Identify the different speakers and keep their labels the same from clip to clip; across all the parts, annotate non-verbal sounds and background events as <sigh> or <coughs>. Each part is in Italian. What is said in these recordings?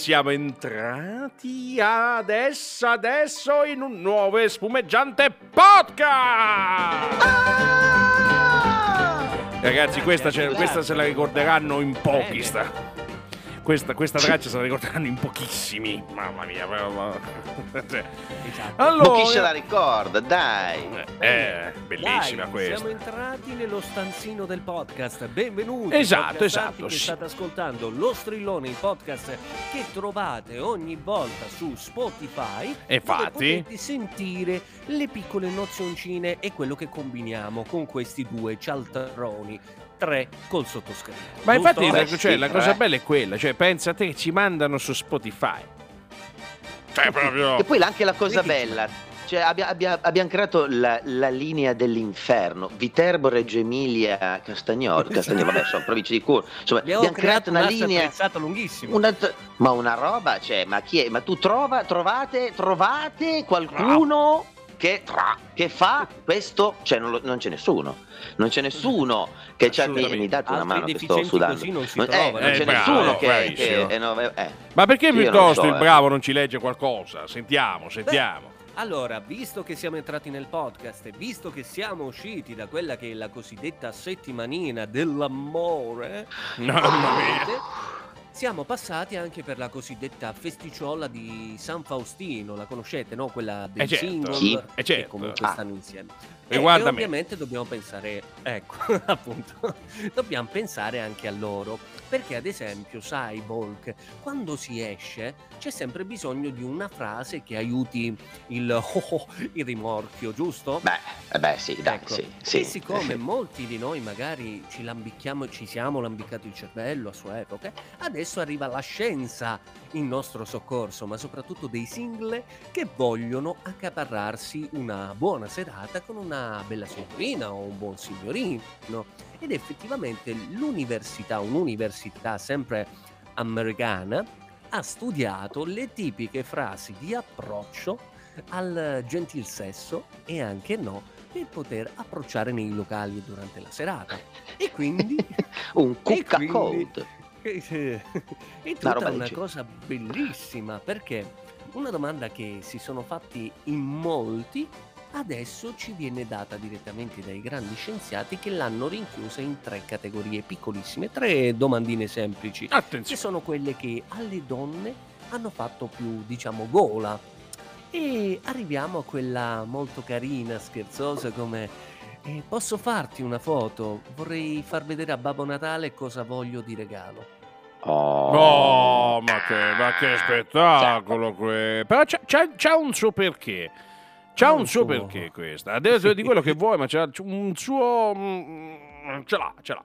Speaker 1: Siamo entrati adesso, adesso in un nuovo e spumeggiante podcast! Ragazzi, questa, ce- questa se la ricorderanno in pochi. sta- Questa, questa traccia se la ricorderanno in pochissimi. Mamma mia, però. ma- <laughs> cioè,
Speaker 2: Esatto.
Speaker 3: Ma chi se la
Speaker 1: Allora,
Speaker 3: ricorda, dai.
Speaker 1: eh, bellissima
Speaker 2: Dai,
Speaker 1: questa.
Speaker 2: Siamo entrati nello stanzino del podcast. Benvenuti.
Speaker 1: Esatto,
Speaker 2: podcastanti
Speaker 1: esatto,
Speaker 2: Che
Speaker 1: sì.
Speaker 2: state ascoltando lo strillone, il podcast che trovate ogni volta su Spotify.
Speaker 1: E
Speaker 2: dove
Speaker 1: fatti.
Speaker 2: potete sentire le piccole nozioncine e quello che combiniamo con questi due cialtroni. Tre col sottoscritto.
Speaker 1: Ma infatti
Speaker 2: Giusto?
Speaker 1: la,
Speaker 3: Beh,
Speaker 1: cioè,
Speaker 3: sì,
Speaker 1: la
Speaker 3: però,
Speaker 1: cosa
Speaker 3: eh.
Speaker 1: bella è quella, cioè pensa a te che ci mandano su Spotify. Cioè proprio...
Speaker 3: E poi la- anche la cosa
Speaker 2: Quindi-
Speaker 3: bella, cioè abbia- abbia- abbiamo creato la, la linea dell'inferno, Viterbo, Reggio Emilia,
Speaker 2: <laughs>
Speaker 3: Castagnolo, Castagnolo, vabbè, sono province di Cur, insomma,
Speaker 2: Abbiamo
Speaker 3: abbiamo, creato una linea,
Speaker 2: È lunghissimo.
Speaker 3: una- ma una roba, cioè, ma chi è? Ma tu trova, trovate, trovate qualcuno che, tra- che fa questo, cioè non, lo- non c'è nessuno, non c'è nessuno che ci ha, mi,
Speaker 1: Assolutamente.
Speaker 3: mi date una
Speaker 2: Altri
Speaker 3: mano che sto
Speaker 2: deficienti
Speaker 3: sudando,
Speaker 2: così non si
Speaker 3: Non- eh,
Speaker 2: trovano.
Speaker 3: non c'è
Speaker 1: Eh, bravo,
Speaker 3: nessuno che,
Speaker 1: bravissimo.
Speaker 3: che- eh, no, eh, eh.
Speaker 1: Ma perché
Speaker 3: Io non
Speaker 1: piuttosto
Speaker 3: so,
Speaker 1: il
Speaker 3: eh.
Speaker 1: bravo non ci legge qualcosa? Sentiamo, sentiamo.
Speaker 2: Allora, visto che siamo entrati nel podcast e visto che siamo usciti da quella che è la cosiddetta settimanina dell'amore,
Speaker 1: No, Mamma mia.
Speaker 2: ovviamente, siamo passati anche per la cosiddetta festicciola di San Faustino, la conoscete, no? Quella del
Speaker 1: Eh, certo.
Speaker 2: single
Speaker 3: Sì.
Speaker 1: Eh,
Speaker 2: che
Speaker 1: certo.
Speaker 2: comunque
Speaker 3: Ah.
Speaker 2: stanno insieme. E,
Speaker 1: Riguarda
Speaker 2: e
Speaker 1: me.
Speaker 2: ovviamente dobbiamo pensare, ecco, <laughs> appunto, dobbiamo pensare anche a loro, perché ad esempio, sai, Volk, quando si esce c'è sempre bisogno di una frase che aiuti il, <laughs> il rimorchio, giusto?
Speaker 3: Beh, eh beh, sì, dai,
Speaker 2: Ecco.
Speaker 3: sì, sì.
Speaker 2: E siccome molti di noi magari ci lambicchiamo e ci siamo lambiccati il cervello a sua epoca, adesso arriva la scienza in nostro soccorso, ma soprattutto dei single che vogliono accaparrarsi una buona serata con una bella signorina o un buon signorino. Ed effettivamente l'università, un'università sempre americana, ha studiato le tipiche frasi di approccio al gentil sesso e anche no per poter approcciare nei locali durante la serata. E quindi
Speaker 3: <laughs>
Speaker 2: <laughs>
Speaker 3: un cucca
Speaker 2: quindi-
Speaker 3: cold.
Speaker 2: è tutta
Speaker 3: roba
Speaker 2: una,
Speaker 3: del genere.
Speaker 2: cosa bellissima perché una domanda che si sono fatti in molti adesso ci viene data direttamente dai grandi scienziati che l'hanno rinchiusa in tre categorie piccolissime, tre domandine semplici ci
Speaker 1: Attenzione.
Speaker 2: sono quelle che alle donne hanno fatto più, diciamo, gola. E arriviamo a quella molto carina, scherzosa, come eh, posso farti una foto? Vorrei far vedere a Babbo Natale cosa voglio di regalo.
Speaker 3: Oh.
Speaker 1: Oh, ma che, ma che spettacolo que- Però c'ha, c'ha- c'ha un suo perché. C'ha
Speaker 2: Ha
Speaker 1: un
Speaker 2: un
Speaker 1: suo
Speaker 2: suo-
Speaker 1: perché questa. Adesso di quello che vuoi, ma c'ha c'ha un suo... mm, Ce l'ha, ce l'ha.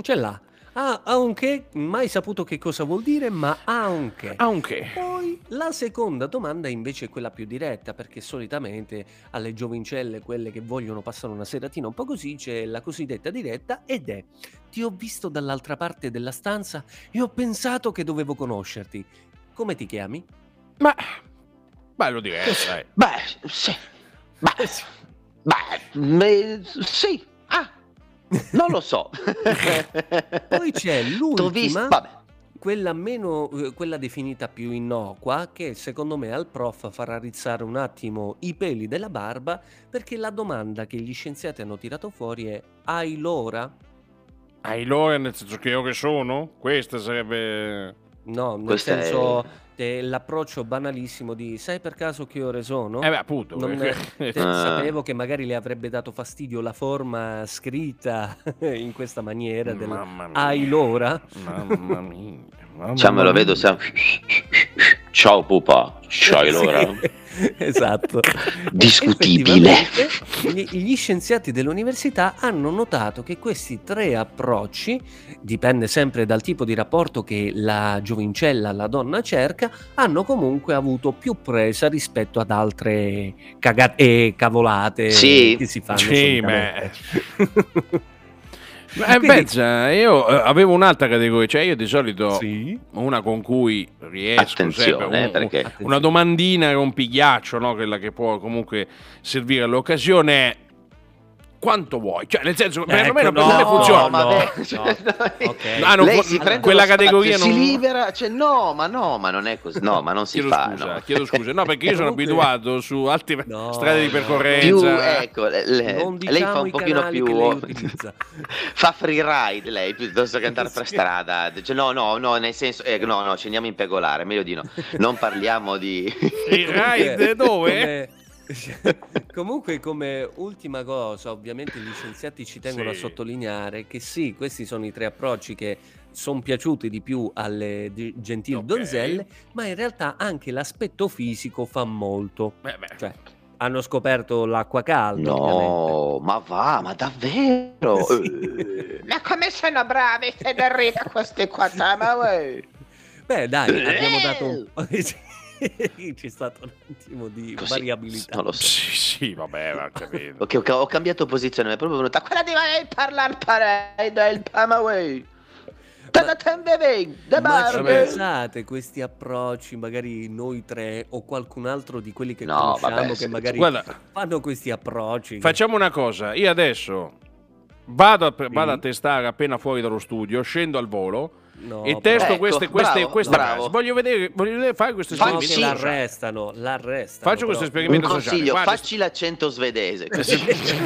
Speaker 2: Ce l'ha. Ha, ha un che, mai saputo che cosa vuol dire, ma ha un che.
Speaker 1: Ah, un che.
Speaker 2: Poi la seconda domanda invece è quella più diretta, perché solitamente alle giovincelle, quelle che vogliono passare una seratina un po' così, c'è la cosiddetta diretta ed è ti ho visto dall'altra parte della stanza e ho pensato che dovevo conoscerti. Come ti chiami?
Speaker 1: Ma... Bello diverso, dai.
Speaker 3: Beh, sì. Beh, beh, me- sì. Ah, non lo so.
Speaker 2: <laughs> Poi c'è
Speaker 3: T'ho visto.
Speaker 2: l'ultima,
Speaker 3: Vabbè.
Speaker 2: quella meno, eh, quella definita più innocua, che secondo me al prof farà rizzare un attimo i peli della barba, perché la domanda che gli scienziati hanno tirato fuori è hai l'ora?
Speaker 1: Ai loro nel senso che io che sono? Questa sarebbe... eh,
Speaker 2: No, nel
Speaker 3: Questo è-
Speaker 2: senso eh, l'approccio banalissimo di sai per caso che ore sono?
Speaker 1: Eh beh, appunto. <laughs>
Speaker 2: Non-
Speaker 1: perché-
Speaker 2: Te-
Speaker 3: Ah.
Speaker 2: Sapevo che magari le avrebbe dato fastidio la forma scritta <laughs> in questa
Speaker 1: Mm,
Speaker 2: maniera del
Speaker 1: Mamma mia.
Speaker 2: hai l'ora?
Speaker 1: Mamma mia. mamma
Speaker 3: Ciao, Cioè, me
Speaker 1: mia.
Speaker 3: lo vedo. siamo- Ciao, pupa. C'hai l'ora?
Speaker 2: Sì, <laughs> esatto.
Speaker 3: Discutibile.
Speaker 2: Effettivamente, Gli, gli scienziati dell'università hanno notato che questi tre approcci, dipende sempre dal tipo di rapporto che la giovincella, la donna cerca, hanno comunque avuto più presa rispetto ad altre caga- e cavolate
Speaker 3: Sì.
Speaker 2: che si fanno.
Speaker 1: Sì,
Speaker 2: solitamente.
Speaker 1: <laughs> Eh,
Speaker 2: Quindi-
Speaker 1: pensa, io eh, avevo un'altra categoria, cioè io di solito
Speaker 2: Sì.
Speaker 1: una con cui riesco sempre, un-
Speaker 3: Attenzione,
Speaker 2: Oh,
Speaker 1: un-
Speaker 3: Eh, perché
Speaker 1: una domandina con pigliaccio, no? quella che può comunque servire all'occasione è
Speaker 4: quanto vuoi. Cioè, nel senso, perlomeno
Speaker 2: Ecco,
Speaker 4: per me
Speaker 2: no,
Speaker 4: funziona.
Speaker 2: ma-
Speaker 3: vabbè,
Speaker 2: no,
Speaker 3: cioè, noi-
Speaker 2: ok.
Speaker 4: Ah, non
Speaker 3: lei
Speaker 4: può-
Speaker 3: si prende
Speaker 4: quella
Speaker 3: lo spazio,
Speaker 4: categoria
Speaker 3: si
Speaker 4: non-
Speaker 3: libera, cioè no, ma no, ma non è così, no, ma non si
Speaker 4: Chiedo
Speaker 3: fa,
Speaker 4: scusa, eh,
Speaker 3: no.
Speaker 4: chiedo scusa. No, perché io sono
Speaker 2: Comunque-
Speaker 4: abituato su altre
Speaker 2: No,
Speaker 4: strade di
Speaker 2: no.
Speaker 4: percorrenza.
Speaker 3: <laughs> Più, ecco, le-
Speaker 2: Non
Speaker 3: lei
Speaker 2: diciamo
Speaker 3: fa un
Speaker 2: i
Speaker 3: pochino
Speaker 2: canali
Speaker 3: più
Speaker 2: che lei utilizza.
Speaker 3: <laughs> fa free ride lei piuttosto che andare per
Speaker 2: Sì.
Speaker 3: strada. Dice, no, no, no, nel senso eh, no, no, ci andiamo a impegolare, meglio di no. Non parliamo
Speaker 2: <laughs>
Speaker 3: di
Speaker 4: Free ride dove?
Speaker 2: Come- <laughs> Comunque, come ultima cosa, ovviamente i licenziati ci tengono
Speaker 4: Sì.
Speaker 2: a sottolineare che sì, questi sono i tre approcci che sono piaciuti di più alle di- gentili
Speaker 4: Ok.
Speaker 2: donzelle, ma in realtà anche l'aspetto fisico fa molto.
Speaker 4: Beh, beh.
Speaker 2: Cioè, hanno scoperto l'acqua calda, ovviamente.
Speaker 3: <laughs> No, ma va, ma davvero?
Speaker 2: Sì.
Speaker 3: Eh,
Speaker 5: Ma come sono bravi Federica questi qua, dai, ma uè. Eh.
Speaker 2: Beh, dai, abbiamo dato un po' <laughs> di... C'è stato un attimo di
Speaker 3: così,
Speaker 2: variabilità.
Speaker 3: Non lo so.
Speaker 4: Sì, sì, vabbè, ho capito.
Speaker 3: Ok, ok, ho cambiato posizione, mi è proprio venuta quella
Speaker 5: Quella di voler parlare pareil del
Speaker 3: Amaway. Tada tembeveng, da
Speaker 2: Ma ci
Speaker 4: Vabbè.
Speaker 3: barbe.
Speaker 2: pensate questi approcci, magari noi tre o qualcun altro di quelli che
Speaker 3: No,
Speaker 2: conosciamo
Speaker 3: vabbè,
Speaker 2: che
Speaker 3: se-
Speaker 2: magari
Speaker 4: Guarda,
Speaker 2: fanno questi approcci.
Speaker 4: Facciamo una cosa, io adesso vado a, vado a
Speaker 2: Sì.
Speaker 4: testare appena fuori dallo studio, scendo al volo
Speaker 2: No,
Speaker 4: e testo
Speaker 3: Ecco,
Speaker 4: queste, queste,
Speaker 3: bravo,
Speaker 4: queste
Speaker 3: bravo.
Speaker 4: frasi. Voglio vedere, voglio vedere fare questo
Speaker 2: però- no,
Speaker 3: Facci-
Speaker 2: che
Speaker 4: esperimento. sociale.
Speaker 2: l'arrestano, l'arrestano.
Speaker 4: Faccio questo
Speaker 2: però.
Speaker 3: Un
Speaker 4: esperimento sociale.
Speaker 3: consiglio,
Speaker 4: Guarda,
Speaker 3: facci l'accento
Speaker 2: Eh,
Speaker 3: svedese.
Speaker 2: <laughs>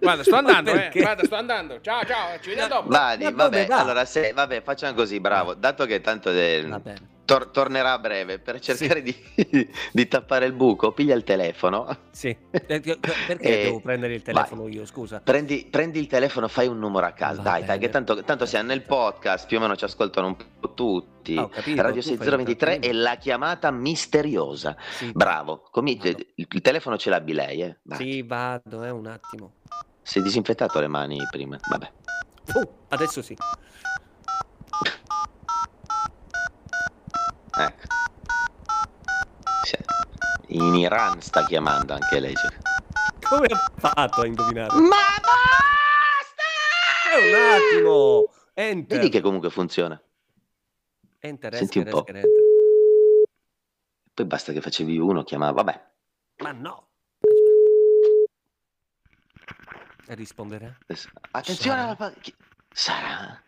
Speaker 4: guarda, sto
Speaker 2: Ma
Speaker 4: andando, eh.
Speaker 2: perché?
Speaker 4: guarda, sto andando. Ciao, ciao, ci vediamo dopo.
Speaker 3: Vadi,
Speaker 2: Ma
Speaker 3: vabbè,
Speaker 2: dove Eh, va?
Speaker 3: allora se, vabbè, facciamo così, bravo. Dato che tanto del-
Speaker 2: Va bene.
Speaker 3: tor- tornerà a breve per cercare di, <laughs> di tappare il buco, piglia il telefono.
Speaker 2: Sì.
Speaker 3: <laughs>
Speaker 2: Perché, perché
Speaker 3: Eh,
Speaker 2: devo prendere il
Speaker 3: vai.
Speaker 2: telefono io, scusa?
Speaker 3: Prendi, prendi il telefono, fai un numero a caso.
Speaker 2: Va
Speaker 3: dai, dai,
Speaker 2: bene.
Speaker 3: che tanto, tanto siamo nel podcast, più o meno ci ascoltano un po' tutti.
Speaker 2: Ah, ho capito,
Speaker 3: Radio
Speaker 2: tu fai il
Speaker 3: 6023 è
Speaker 2: cartellino.
Speaker 3: la chiamata misteriosa.
Speaker 2: Sì.
Speaker 3: Bravo, comi-
Speaker 2: Vado.
Speaker 3: il, il telefono ce l'ha lei, eh. Vai.
Speaker 2: Sì, vado, eh, un attimo.
Speaker 3: Si è disinfettato le mani prima. Vabbè.
Speaker 2: Oh, adesso sì.
Speaker 3: Ecco. Sì. In Iran sta chiamando anche lei. cioè.
Speaker 2: Come ha fatto a indovinare?
Speaker 5: Ma basta!
Speaker 2: Eh, un attimo. Enter.
Speaker 3: Vedi che comunque funziona.
Speaker 2: Enter,
Speaker 3: Senti
Speaker 2: enter,
Speaker 3: un po'.
Speaker 2: enter, enter.
Speaker 3: Poi basta che facevi uno, chiamava. Vabbè,
Speaker 2: Ma no! Risponderà?
Speaker 3: adesso- attenzione
Speaker 2: Sarà.
Speaker 3: alla pa- chi- Sarà.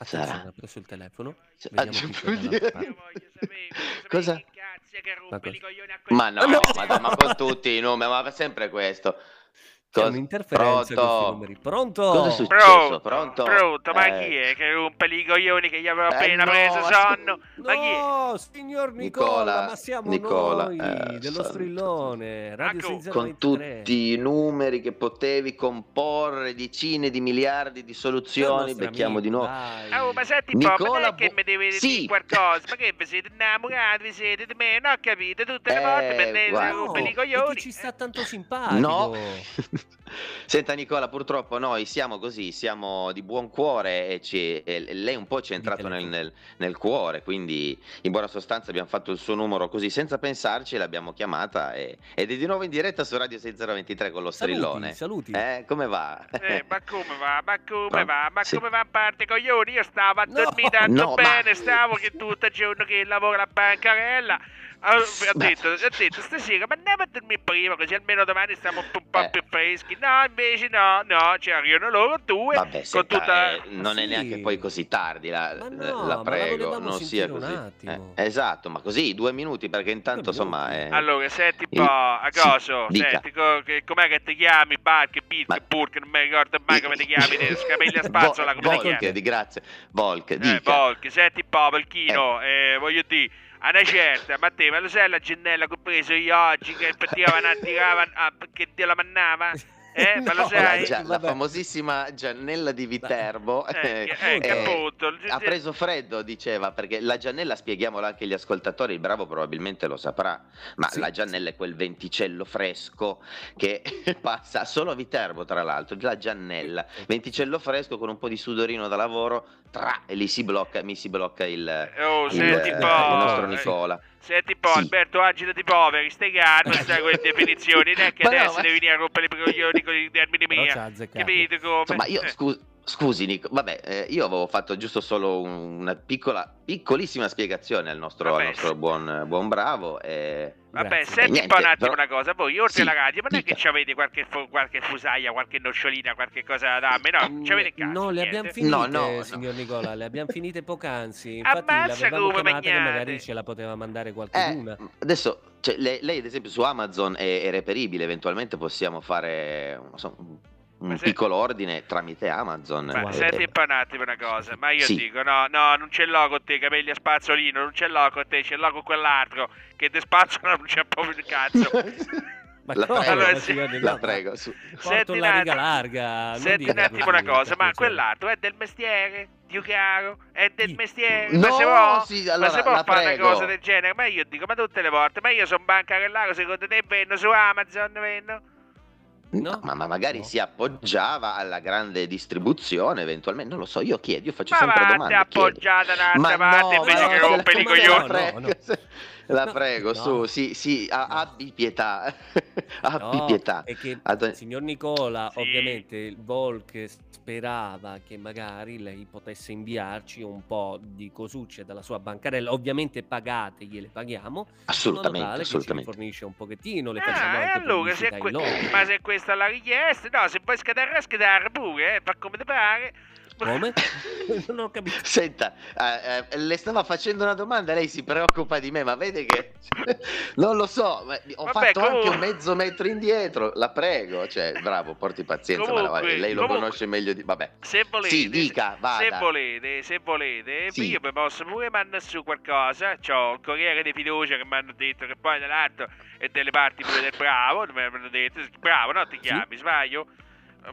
Speaker 2: Attenzione,
Speaker 3: Sarà.
Speaker 2: ha preso il telefono.
Speaker 3: Cioè,
Speaker 2: Vediamo
Speaker 3: ah,
Speaker 2: chi c'è
Speaker 3: vuol
Speaker 2: dall'altra
Speaker 3: dire-
Speaker 2: parte.
Speaker 3: <laughs> Cosa?
Speaker 2: Ma cosa?
Speaker 3: Ma no,
Speaker 2: No.
Speaker 3: madonna,
Speaker 1: <laughs>
Speaker 3: ma con tutti i numeri, ma sempre questo.
Speaker 2: C'è
Speaker 3: Cosa-
Speaker 2: un'interferenza con questi
Speaker 3: Pronto?
Speaker 2: numeri. Pronto?
Speaker 3: Cosa è successo?
Speaker 1: Pronto,
Speaker 3: Pronto?
Speaker 1: Pronto, ma
Speaker 3: Eh.
Speaker 1: chi è che rompe i coglioni che gli avevo
Speaker 3: Eh,
Speaker 1: appena
Speaker 3: no,
Speaker 1: preso
Speaker 3: ascol-
Speaker 1: sonno? Ma chi è?
Speaker 2: No, signor Nicola,
Speaker 3: Nicola,
Speaker 2: ma siamo
Speaker 3: Nicola,
Speaker 2: noi
Speaker 3: eh,
Speaker 2: dello
Speaker 3: santo.
Speaker 2: strillone, Radio
Speaker 1: Ecco,
Speaker 2: Senza
Speaker 3: Con
Speaker 2: 23.
Speaker 3: tutti i numeri che potevi comporre, decine di miliardi di
Speaker 2: Dal
Speaker 3: soluzioni,
Speaker 2: nostro
Speaker 3: becchiamo
Speaker 2: amico,
Speaker 3: di nuovo.
Speaker 2: dai.
Speaker 1: Oh, ma senti un po', ma non
Speaker 3: Nicola
Speaker 1: è che
Speaker 3: Bu-
Speaker 1: mi deve dire
Speaker 3: Sì.
Speaker 1: qualcosa, ma che vi siete innamorati, vi siete di me, non ho capito, tutte le
Speaker 3: Eh,
Speaker 1: volte prendete
Speaker 3: guarda.
Speaker 1: e
Speaker 2: No,
Speaker 1: rompete i
Speaker 2: e
Speaker 1: coglioni.
Speaker 2: chi ci
Speaker 1: Eh,
Speaker 2: sta tanto simpatico.
Speaker 3: No, <laughs> senta Nicola, purtroppo noi siamo così, siamo di buon cuore e, ci- e lei un po' ci è entrato nel,
Speaker 2: Ditele tu.
Speaker 3: nel- nel cuore, quindi in buona sostanza abbiamo fatto il suo numero così senza pensarci, l'abbiamo chiamata e- ed è di nuovo in diretta su Radio 6023 con lo strillone.
Speaker 2: Saluti, saluti.
Speaker 3: Eh, come va?
Speaker 1: Eh, ma come va, ma come
Speaker 3: Pronto?
Speaker 1: va, ma
Speaker 3: Sì.
Speaker 1: come va a parte coglioni? Io stavo a
Speaker 2: No.
Speaker 1: dormire tanto
Speaker 3: No, ma-
Speaker 1: bene, stavo che tutto il giorno che lavoro alla bancarella. Ah, Ho
Speaker 3: Beh.
Speaker 1: detto, ho detto stasera, ma andiamo a dormire prima, così almeno domani stiamo un po'
Speaker 3: Eh.
Speaker 1: più freschi. No, invece no, no, ci arrivano loro due.
Speaker 3: Vabbè, senta,
Speaker 1: tutta-
Speaker 3: eh, non è
Speaker 2: Sì.
Speaker 3: neanche poi così tardi, la,
Speaker 2: Ma no,
Speaker 3: la
Speaker 2: ma la
Speaker 3: prego,
Speaker 2: volevamo
Speaker 3: non
Speaker 2: sentire
Speaker 3: sia così.
Speaker 2: un attimo.
Speaker 3: Eh, esatto, ma così due minuti perché intanto
Speaker 2: Due
Speaker 3: insomma...
Speaker 2: minuti.
Speaker 3: eh,
Speaker 1: Allora, senti un
Speaker 3: il-
Speaker 1: po', a
Speaker 3: sì,
Speaker 1: coso,
Speaker 3: dica.
Speaker 1: senti, co- che- com'è che ti chiami? Bark,
Speaker 3: Ma-
Speaker 1: Birk, Burk, non mi ricordo mai come ti chiami,
Speaker 3: <laughs>
Speaker 1: te, scapelli a spazzola,
Speaker 3: Vol-
Speaker 1: come ti
Speaker 3: Volk,
Speaker 1: chiami?
Speaker 3: di grazie. Volk,
Speaker 1: Eh,
Speaker 3: dica.
Speaker 1: Volk, senti un po', Valchino, eh, voglio dire, a una certa, ma te, ma lo sai la gennella che ho preso io oggi, che effettivamente
Speaker 3: <laughs>
Speaker 1: tirava, ah, che te la mannava? Eh, ma lo
Speaker 2: <laughs>
Speaker 3: la,
Speaker 2: No,
Speaker 1: sai?
Speaker 3: Gia- la
Speaker 2: Vabbè.
Speaker 3: famosissima Giannella di Viterbo
Speaker 1: Eh,
Speaker 3: eh,
Speaker 1: che- eh, che
Speaker 3: eh,
Speaker 1: appunto,
Speaker 3: ha preso freddo, diceva, perché la Giannella, spieghiamolo anche agli ascoltatori, il bravo probabilmente lo saprà, ma
Speaker 2: Sì.
Speaker 3: la Giannella è quel venticello fresco che <laughs> passa solo a Viterbo, tra l'altro, la Giannella, venticello fresco con un po' di sudorino da lavoro, tra, e lì si blocca, mi si blocca il,
Speaker 1: oh,
Speaker 3: il-
Speaker 1: senti
Speaker 3: il
Speaker 1: un
Speaker 3: nostro
Speaker 1: po', eh,
Speaker 3: Nicola.
Speaker 1: Senti un po',
Speaker 3: Sì.
Speaker 1: Alberto Agile di poveri, stai
Speaker 3: <laughs>
Speaker 1: calmo, stai con le definizioni, non è che
Speaker 3: Ma no,
Speaker 1: adesso
Speaker 3: ma-
Speaker 1: devi venire a rompere i coglioni con i termini
Speaker 2: Però ci
Speaker 1: miei.
Speaker 2: ha azzeccato.
Speaker 1: Capito come?
Speaker 3: Insomma, io
Speaker 1: Eh.
Speaker 3: scusa. Scusi Nico, vabbè, eh, io avevo fatto giusto solo un- una piccola, piccolissima spiegazione al nostro,
Speaker 1: Vabbè,
Speaker 3: al nostro
Speaker 1: sì.
Speaker 3: buon, buon bravo. eh.
Speaker 1: Vabbè,
Speaker 2: Grazie.
Speaker 1: senti
Speaker 3: Eh,
Speaker 1: un po' un
Speaker 3: niente,
Speaker 1: attimo
Speaker 3: però-
Speaker 1: una cosa, voi oltre
Speaker 3: Sì,
Speaker 1: alla radio, ma non è
Speaker 3: dica.
Speaker 1: che ci avete qualche, fu- qualche fusaglia, qualche nocciolina, qualche cosa da darmi, no? Ah, Ci avete cazzo,
Speaker 2: Ehm, No, le abbiamo
Speaker 1: niente?
Speaker 2: finite,
Speaker 3: No, no, no.
Speaker 2: signor Nicola, le abbiamo finite poc'anzi. Infatti
Speaker 1: Ammazza
Speaker 2: l'avevamo
Speaker 1: come
Speaker 2: chiamata che
Speaker 1: bagnate.
Speaker 2: magari ce la poteva mandare
Speaker 3: Eh,
Speaker 2: qualcuna.
Speaker 3: adesso, cioè, lei, lei, ad esempio su Amazon è, è reperibile, eventualmente possiamo fare non so, un, un
Speaker 1: Ma se-
Speaker 3: piccolo ordine tramite Amazon.
Speaker 1: Ma
Speaker 2: Guarda.
Speaker 3: eh,
Speaker 1: senti
Speaker 3: eh,
Speaker 1: un po' un attimo una cosa, ma io
Speaker 3: Sì.
Speaker 1: dico, no, no, non ce l'ho con te i capelli a spazzolino, non ce l'ho con te, ce l'ho con quell'altro che te spazzola non c'è proprio il cazzo.
Speaker 2: Ma
Speaker 1: <laughs>
Speaker 3: la
Speaker 2: come,
Speaker 1: prego,
Speaker 2: ma signor Nicola?
Speaker 3: La prego, su.
Speaker 2: Porto
Speaker 1: un
Speaker 2: la riga
Speaker 1: attimo-
Speaker 2: larga. non
Speaker 1: Senti
Speaker 2: dica
Speaker 1: un attimo
Speaker 2: così,
Speaker 1: una cosa, ma
Speaker 2: perché-
Speaker 1: quell'altro è del mestiere, più chiaro, è del
Speaker 2: Sì.
Speaker 1: mestiere, Eh, ma se
Speaker 3: No,
Speaker 1: può,
Speaker 3: sì, allora,
Speaker 1: ma se può
Speaker 3: la
Speaker 1: fare
Speaker 3: prego.
Speaker 1: una cosa del genere, ma io dico, ma tutte le volte, ma io sono banca che lago, secondo te venno su Amazon, venno?
Speaker 2: No?
Speaker 3: No, ma, ma magari
Speaker 2: No.
Speaker 3: si appoggiava alla grande distribuzione, eventualmente, non lo so, io chiedo, io faccio
Speaker 1: Ma
Speaker 3: sempre
Speaker 1: vattene
Speaker 3: domande.
Speaker 1: appoggiata
Speaker 3: chiedo.
Speaker 1: dall'altra parte
Speaker 3: no,
Speaker 1: invece
Speaker 3: no,
Speaker 1: che
Speaker 3: se la-
Speaker 1: rompere i
Speaker 3: se la
Speaker 1: coglioni.
Speaker 3: prego,
Speaker 2: No, no.
Speaker 3: se- La
Speaker 2: No,
Speaker 3: prego,
Speaker 2: no.
Speaker 3: su, sì, sì, a-
Speaker 2: No.
Speaker 3: abbi pietà, <laughs> abbi
Speaker 2: No,
Speaker 3: pietà.
Speaker 2: è che
Speaker 3: Ad-
Speaker 2: signor Nicola,
Speaker 1: Sì.
Speaker 2: ovviamente il Volk sperava che magari lei potesse inviarci un po' di cosucce dalla sua bancarella, ovviamente pagate, gliele paghiamo, in modo
Speaker 3: Assolutamente,
Speaker 2: tale che ci
Speaker 3: assolutamente.
Speaker 2: rifornisce un pochettino, le facciamo
Speaker 1: Ah, e
Speaker 2: anche
Speaker 1: allora, se
Speaker 2: pubblicità in
Speaker 1: que-
Speaker 2: loco.
Speaker 1: ma se questa è la richiesta, no, se vuoi scattare, scattare pure, eh, fa come ti pare. <laughs>
Speaker 2: Come? non ho capito.
Speaker 3: Senta, eh, eh, le stava facendo una domanda, lei si preoccupa di me, ma vede che <laughs> non lo so, ma ho
Speaker 1: Vabbè,
Speaker 3: fatto anche
Speaker 1: comunque-
Speaker 3: un mezzo metro indietro, la prego, cioè bravo, porti pazienza, ma la-
Speaker 1: Comunque,
Speaker 3: lei lo
Speaker 1: comunque.
Speaker 3: conosce meglio di vabbè.
Speaker 1: Se volete,
Speaker 3: Sì, dica, vada.
Speaker 1: se volete, se volete,
Speaker 3: Sì.
Speaker 1: io vi posso pure mandare su qualcosa. C'ho un corriere di fiducia che mi hanno detto che poi dall'alto e delle parti pure del bravo, mi hanno detto bravo, no, ti chiami, sbaglio.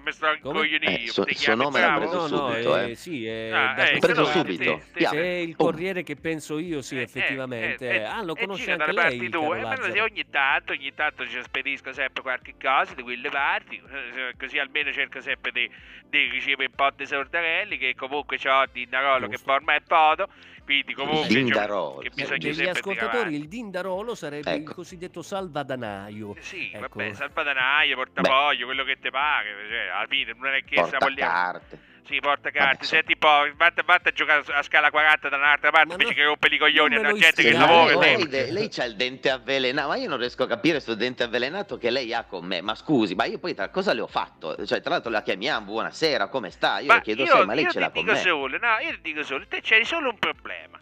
Speaker 1: Mi sto incoglionito,
Speaker 3: Eh, suo-
Speaker 1: ti
Speaker 3: suo
Speaker 1: chiami
Speaker 3: nome l'ha
Speaker 1: bravo.
Speaker 3: preso
Speaker 2: No, no,
Speaker 3: subito,
Speaker 2: eh,
Speaker 3: eh.
Speaker 2: sì, eh,
Speaker 1: Ah,
Speaker 2: da
Speaker 1: eh,
Speaker 2: queste
Speaker 3: preso
Speaker 2: parti.
Speaker 1: guardi,
Speaker 3: subito.
Speaker 1: sì, sì,
Speaker 3: via.
Speaker 2: Se è il
Speaker 3: Oh.
Speaker 2: corriere che penso io, sì,
Speaker 1: Eh, eh,
Speaker 2: effettivamente.
Speaker 1: eh, eh,
Speaker 2: ah, lo
Speaker 1: e
Speaker 2: conosce
Speaker 1: gira
Speaker 2: anche
Speaker 1: dalle
Speaker 2: lei,
Speaker 1: parti
Speaker 2: caro
Speaker 1: tue, eh, ma
Speaker 2: Lazzaro.
Speaker 1: se ogni tanto, ogni tanto ci spedisco sempre qualche cosa di quelle parti, eh, così almeno cerco sempre di, di ricevere un po' di sordarelli, che comunque ho di Narolo che
Speaker 2: Giusto.
Speaker 1: forma è podo, quindi comunque... c'ho-
Speaker 3: Dindarolo.
Speaker 1: Che
Speaker 3: Eh,
Speaker 2: Eh,
Speaker 1: bisogna
Speaker 2: per gli
Speaker 1: sempre
Speaker 2: ascoltatori
Speaker 1: tirare
Speaker 2: il dindarolo sarebbe il
Speaker 3: Ecco.
Speaker 2: cosiddetto salvadanaio.
Speaker 1: avanti. Sì,
Speaker 2: Ecco.
Speaker 1: vabbè, salvadanaio, portafoglio, quello che ti pare, cioè, alla fine non è che
Speaker 3: Porta
Speaker 1: siamo lì... a-
Speaker 3: carte.
Speaker 1: Sì, porta
Speaker 3: Vabbè,
Speaker 1: carte,
Speaker 3: so-
Speaker 1: senti un po', vatta, vatta a giocare a scala 40 da un'altra parte,
Speaker 2: Ma
Speaker 1: invece
Speaker 2: no,
Speaker 1: che rompere i coglioni
Speaker 2: non me
Speaker 1: alla
Speaker 2: lo
Speaker 1: gente che
Speaker 2: istigare,
Speaker 1: lavora,
Speaker 2: oh.
Speaker 1: sempre.
Speaker 3: lei, de- lei c'ha il dente avvelenato, ma io non riesco a capire sto dente avvelenato che lei ha con me. Ma scusi, ma io poi tra cosa le ho fatto? Cioè, tra l'altro la chiamiamo, buonasera, come sta? Io le chiedo se ma lei
Speaker 1: io
Speaker 3: ce
Speaker 1: ti
Speaker 3: l'ha con
Speaker 1: dico
Speaker 3: me.
Speaker 1: solo, no, io ti dico solo, te c'hai solo un problema.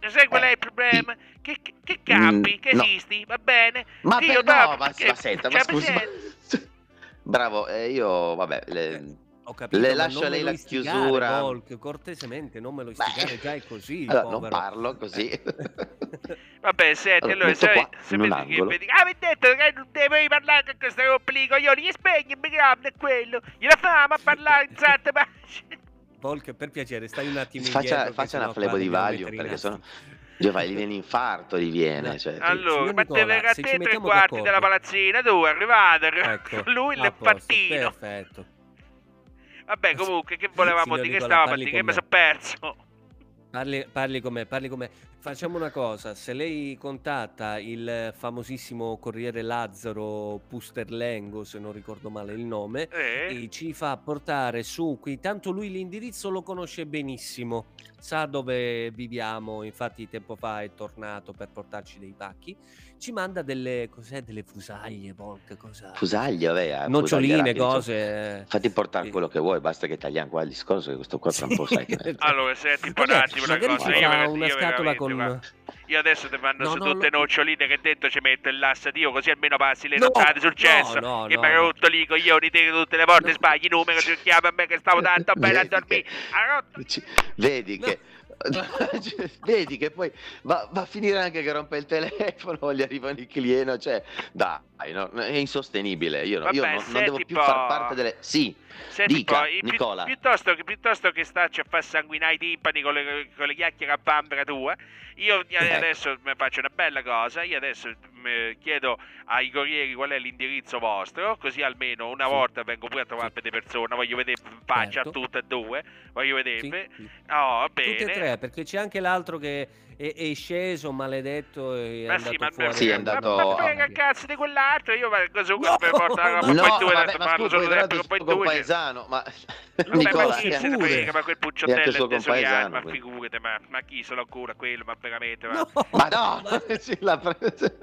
Speaker 1: Lo sai qual è
Speaker 3: Eh,
Speaker 1: il problema? Che, che, che campi,
Speaker 3: Mm,
Speaker 1: che
Speaker 3: no.
Speaker 1: esisti, va bene?
Speaker 3: Ma
Speaker 1: Che
Speaker 3: per-
Speaker 1: io
Speaker 3: no,
Speaker 1: dopo-
Speaker 3: ma,
Speaker 1: che-
Speaker 3: ma senta, ma
Speaker 1: cioè,
Speaker 3: scusi. ma- <laughs> Bravo, eh, io vabbè,
Speaker 1: Eh,
Speaker 3: le-
Speaker 2: Ho capito,
Speaker 3: Le
Speaker 2: ma
Speaker 3: lascio
Speaker 2: non
Speaker 3: a lei
Speaker 2: me lo
Speaker 3: la
Speaker 2: istigare,
Speaker 3: chiusura.
Speaker 2: Volk, cortesemente, non me lo
Speaker 3: Beh,
Speaker 2: istigare, già è così.
Speaker 3: allora, non
Speaker 2: povero. Eh.
Speaker 3: parlo così.
Speaker 1: Vabbè, senti,
Speaker 3: Allora,
Speaker 1: allora,
Speaker 3: metto
Speaker 1: se,
Speaker 3: qua,
Speaker 1: se
Speaker 3: in un
Speaker 1: vedi che
Speaker 3: angolo.
Speaker 1: vedi, ah, mi hai detto che non devi parlare con questa roba di coglioni, gli spegni il microfono e quello, gliela famo a parlare in santa pace.
Speaker 2: Eh, Volk, per piacere, stai un attimo indietro.
Speaker 3: faccia
Speaker 2: che
Speaker 3: faccia una
Speaker 2: sennò qua
Speaker 3: flebo di
Speaker 2: dobbiamo
Speaker 3: Valium
Speaker 2: mettere i
Speaker 3: perché
Speaker 2: nastri.
Speaker 3: sennò Giovanni <laughs> gli viene infarto, gli viene.
Speaker 2: No.
Speaker 3: cioè,
Speaker 1: Allora,
Speaker 2: signor
Speaker 1: ma te
Speaker 2: Nicola,
Speaker 1: verrà
Speaker 2: se ci
Speaker 1: dentro i
Speaker 2: mettiamo
Speaker 1: quarti
Speaker 2: d'accordo.
Speaker 1: della palazzina, tu arrivato,
Speaker 2: Ecco,
Speaker 1: <laughs> lui
Speaker 2: a posto,
Speaker 1: l'empattino.
Speaker 2: Perfetto.
Speaker 1: Vabbè, comunque, che volevamo
Speaker 2: Signor
Speaker 1: dire? Che
Speaker 2: Nicola,
Speaker 1: stava a
Speaker 2: parli
Speaker 1: dire? Che
Speaker 2: con
Speaker 1: mi
Speaker 2: me.
Speaker 1: sono perso.
Speaker 2: Parli, parli con me, parli con me. Facciamo una cosa, se lei contatta il famosissimo Corriere Lazzaro Pusterlengo, se non ricordo male il nome,
Speaker 1: Eh?
Speaker 2: e ci fa portare su qui, tanto lui l'indirizzo lo conosce benissimo, sa dove viviamo, infatti tempo fa è tornato per portarci dei pacchi, ci manda delle, cos'è, delle fusaglie, Volk, cosa?
Speaker 3: Fusaglia, lei ha
Speaker 2: Noccioline,
Speaker 3: fusaglia rapido,
Speaker 2: cose... eh,
Speaker 3: Fatti portare
Speaker 2: Sì.
Speaker 3: quello che vuoi, basta che tagliamo qua il discorso, che questo qua tra un po' sai che-
Speaker 2: <laughs> Sì.
Speaker 1: Allora, senti, un
Speaker 2: Vabbè,
Speaker 1: attimo Cioè, una
Speaker 2: Cioè, magari
Speaker 1: cosa.
Speaker 2: ci
Speaker 1: Io,
Speaker 2: fa
Speaker 1: veramente-
Speaker 2: una
Speaker 1: io
Speaker 2: scatola
Speaker 1: veramente,
Speaker 2: con...
Speaker 1: guarda, io adesso ti mando
Speaker 2: No,
Speaker 1: su
Speaker 2: no,
Speaker 1: tutte le
Speaker 2: lo-
Speaker 1: noccioline che dentro ci metto il lasso Dio, così almeno passi le
Speaker 2: No,
Speaker 1: nottate sul
Speaker 2: no,
Speaker 1: cesso.
Speaker 2: no,
Speaker 1: che
Speaker 2: no,
Speaker 1: mi hai
Speaker 2: no.
Speaker 1: rotto lì i coglioni, te che tutte le volte
Speaker 2: No.
Speaker 1: sbagli i numeri, ti chiama a me che stavo tanto
Speaker 2: <laughs>
Speaker 1: bene a
Speaker 3: Vedi
Speaker 1: dormire.
Speaker 3: che-
Speaker 1: Ha rotto-
Speaker 3: Ci- Vedi
Speaker 2: No.
Speaker 3: che... Cioè, <laughs> Vedi che poi va, va a finire anche che rompe il telefono, <laughs> gli arrivano i clienti, cioè dai, no, è insostenibile. Io, no- io
Speaker 1: Vabbè,
Speaker 3: non, non devo
Speaker 1: senti
Speaker 3: più
Speaker 1: un po'.
Speaker 3: far parte delle... Sì,
Speaker 1: Senti
Speaker 3: Dica,
Speaker 1: poi, pi-
Speaker 3: Nicola.
Speaker 1: piuttosto, che, piuttosto che starci a far sanguinare i timpani con le, con le chiacchiere a bambera tua, io io
Speaker 3: Ecco.
Speaker 1: adesso mi faccio una bella cosa, io adesso mi chiedo ai corrieri qual è l'indirizzo vostro, così almeno una
Speaker 2: Sì.
Speaker 1: volta vengo pure a trovarvi di persona, voglio vedere faccia a
Speaker 2: Certo.
Speaker 1: tutte e due, voglio vedervi.
Speaker 2: Sì, sì.
Speaker 1: Oh,
Speaker 2: Tutte e
Speaker 1: bene.
Speaker 2: tre, perché c'è anche l'altro che è, è sceso, maledetto, è
Speaker 1: Ma
Speaker 2: andato
Speaker 1: sì, ma
Speaker 2: fuori.
Speaker 3: Sì, è
Speaker 1: ma-
Speaker 3: andato-
Speaker 1: Ma frega il cazzo di quell'altro, io vado così
Speaker 2: No!
Speaker 1: per portare la roba
Speaker 3: No,
Speaker 1: poi tu hai
Speaker 3: vabbè,
Speaker 1: detto
Speaker 3: ma
Speaker 1: parlo
Speaker 3: scusa,
Speaker 1: solo
Speaker 3: poi
Speaker 1: dentro
Speaker 3: dato
Speaker 1: con poi
Speaker 3: il tuo
Speaker 1: due.
Speaker 3: compaesano, ma... <laughs>
Speaker 1: Vabbè, ma
Speaker 3: Nicola, eh.
Speaker 1: chi se ne
Speaker 2: pure.
Speaker 1: frega, ma quel
Speaker 3: E anche il
Speaker 1: pucciottello
Speaker 3: suo eh,
Speaker 1: è tesoriano,
Speaker 3: compaesano,
Speaker 1: ma
Speaker 3: quindi.
Speaker 1: figurate, ma, ma chi se lo cura quello, ma veramente, ma...
Speaker 2: No!
Speaker 3: ma no, <laughs> sì, la prese-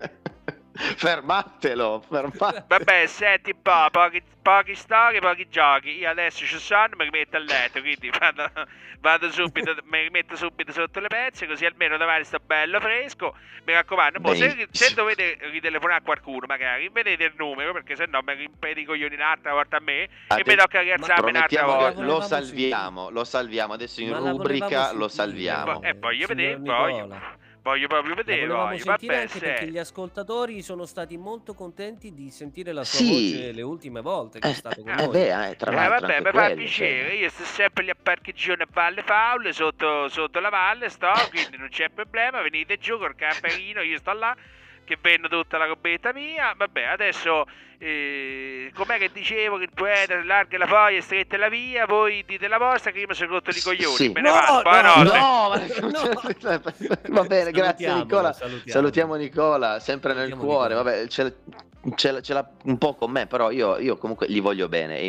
Speaker 3: fermatelo, fermatelo.
Speaker 1: Vabbè, senti un po', pochi, pochi storie, pochi giochi. Io adesso ci sono, mi rimetto a letto, quindi vado, vado <laughs> subito, mi rimetto subito sotto le pezze, così almeno domani sto bello fresco. Mi raccomando, boh, se, se
Speaker 3: Benissimo.
Speaker 1: dovete ritelefonare a qualcuno, magari vedete il numero, perché se no mi rimpedi i coglioni un'altra volta a me e mi do cagazzarmi un'altra
Speaker 3: Ah, Promettiamo che
Speaker 1: volta.
Speaker 2: volta.
Speaker 3: lo salviamo, lo salviamo, adesso in
Speaker 2: Ma la
Speaker 3: rubrica
Speaker 2: volevamo
Speaker 3: lo
Speaker 2: sentire.
Speaker 3: salviamo.
Speaker 1: Eh, voglio
Speaker 2: Signor
Speaker 1: vedere, voglio,
Speaker 2: Nicola.
Speaker 1: voglio proprio
Speaker 2: La
Speaker 1: vedere,
Speaker 2: volevamo
Speaker 1: voglio.
Speaker 2: sentire
Speaker 1: Vabbè,
Speaker 2: anche perché
Speaker 1: se...
Speaker 2: gli ascoltatori sono stati molto contenti di sentire la sua
Speaker 3: Sì.
Speaker 2: voce le ultime volte che è
Speaker 3: Eh,
Speaker 2: stato con
Speaker 1: eh,
Speaker 3: Eh
Speaker 2: noi.
Speaker 3: beh, eh, tra
Speaker 1: Eh,
Speaker 3: l'altro
Speaker 1: vabbè,
Speaker 3: anche
Speaker 1: mi fa
Speaker 3: quello, cioè.
Speaker 1: piacere, io sto sempre lì a parcheggione a Valle Faule, sotto, sotto la valle
Speaker 3: <coughs>
Speaker 1: sto, quindi non c'è problema, venite giù col camperino, io sto là, che vendo tutta la robetta mia, vabbè, adesso, eh, com'è che dicevo che il poeta larga la foglia e stretta la via, voi dite la vostra che io mi sono rotto i coglioni,
Speaker 3: Sì.
Speaker 1: me ne vado, buonanotte.
Speaker 3: No, ma- <laughs> Va bene, grazie,
Speaker 2: Salutiamolo,
Speaker 3: Nicola.
Speaker 2: salutiamolo.
Speaker 3: Salutiamo Nicola, sempre nel
Speaker 2: Salutiamo
Speaker 3: cuore.
Speaker 2: Nicola.
Speaker 3: Vabbè, ce l'ha, ce l'ha- ce l'ha un po' con me, però io, io comunque li voglio bene. e-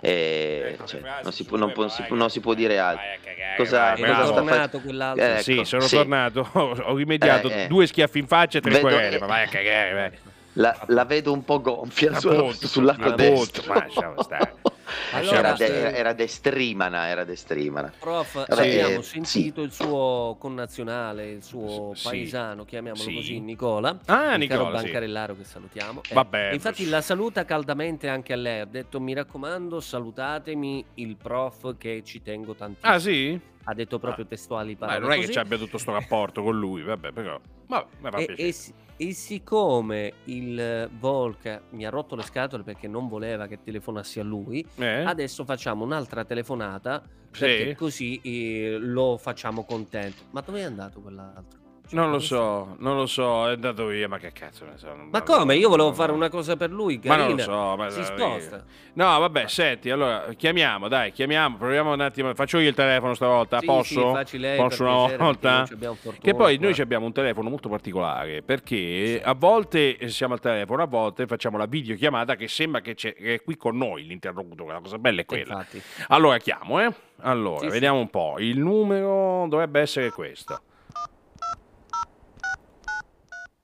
Speaker 3: e-
Speaker 4: Ecco,
Speaker 3: cioè,
Speaker 4: le frasi,
Speaker 3: non, si
Speaker 4: su
Speaker 3: può, non
Speaker 4: due,
Speaker 3: può-
Speaker 4: vai,
Speaker 3: si può- non si può
Speaker 4: Eh,
Speaker 3: dire altro.
Speaker 4: vai a cagare,
Speaker 3: Cosa-
Speaker 4: vai,
Speaker 2: È
Speaker 3: cosa
Speaker 4: Ah, bravo.
Speaker 3: sta
Speaker 2: ritornato quell'altro.
Speaker 3: Eh,
Speaker 4: sì,
Speaker 3: ecco,
Speaker 4: sono
Speaker 3: sì.
Speaker 4: tornato, <laughs> ho rimediato
Speaker 3: Eh, eh.
Speaker 4: due schiaffi in faccia e tre
Speaker 3: Vedo-
Speaker 4: querele,
Speaker 3: eh.
Speaker 4: ma vai a cagare, vai.
Speaker 3: La, la vedo un po' gonfia sul-
Speaker 4: Appunto,
Speaker 3: sul lato
Speaker 4: appunto,
Speaker 3: destro.
Speaker 4: ma lasciamo stare.
Speaker 3: <laughs> era,
Speaker 2: Allora,
Speaker 3: de- era-
Speaker 2: eh,
Speaker 3: era destrimana, era destrimana.
Speaker 2: Prof,
Speaker 3: Vabbè,
Speaker 2: abbiamo
Speaker 3: eh,
Speaker 2: sentito il suo connazionale, il suo
Speaker 4: S- sì.
Speaker 2: paesano, chiamiamolo
Speaker 4: Sì.
Speaker 2: così, Nicola.
Speaker 4: Ah,
Speaker 2: il caro
Speaker 4: Nicola, sì.
Speaker 2: bancarellaro che salutiamo. Eh,
Speaker 4: Vabbè,
Speaker 2: Infatti
Speaker 4: sì.
Speaker 2: la saluta caldamente anche a lei, ha detto mi raccomando salutatemi il prof che ci tengo tantissimo.
Speaker 4: Ah, sì? Ah.
Speaker 2: Ha detto proprio testuali
Speaker 4: Beh,
Speaker 2: parole.
Speaker 4: non è che
Speaker 2: così.
Speaker 4: ci abbia tutto sto rapporto con lui, vabbè, però. Vabbè, mi fa
Speaker 2: E,
Speaker 4: piacere.
Speaker 2: e si- e siccome il Volk mi ha rotto le scatole perché non voleva che telefonassi a lui,
Speaker 4: Eh?
Speaker 2: adesso facciamo un'altra telefonata
Speaker 4: Sì?
Speaker 2: perché così eh, lo facciamo contento. Ma dove è andato quell'altro? Cioè,
Speaker 4: Non lo
Speaker 2: dove
Speaker 4: so, non lo so, è andato via, ma che cazzo ne so.
Speaker 2: sta?
Speaker 4: non-
Speaker 2: Ma come? Io volevo fare una cosa per lui,
Speaker 4: Ma
Speaker 2: carina.
Speaker 4: non lo so, ma
Speaker 2: si sposta.
Speaker 4: No, vabbè, senti, allora chiamiamo, dai, chiamiamo, proviamo un attimo. Faccio io il telefono stavolta,
Speaker 2: Sì, sì,
Speaker 4: posso?
Speaker 2: facci lei,
Speaker 4: posso
Speaker 2: per
Speaker 4: una
Speaker 2: piacere, perché
Speaker 4: volta?
Speaker 2: non ci abbiamo fortuna
Speaker 4: Che poi noi
Speaker 2: qua.
Speaker 4: ci abbiamo un telefono molto particolare perché a volte eh, siamo al telefono, a volte facciamo la videochiamata che sembra che, c'è, che è qui con noi l'interlocutore. La cosa bella è quella.
Speaker 2: Infatti.
Speaker 4: Allora chiamo, eh? Allora,
Speaker 2: Sì, sì.
Speaker 4: vediamo un po'. Il numero dovrebbe essere questo.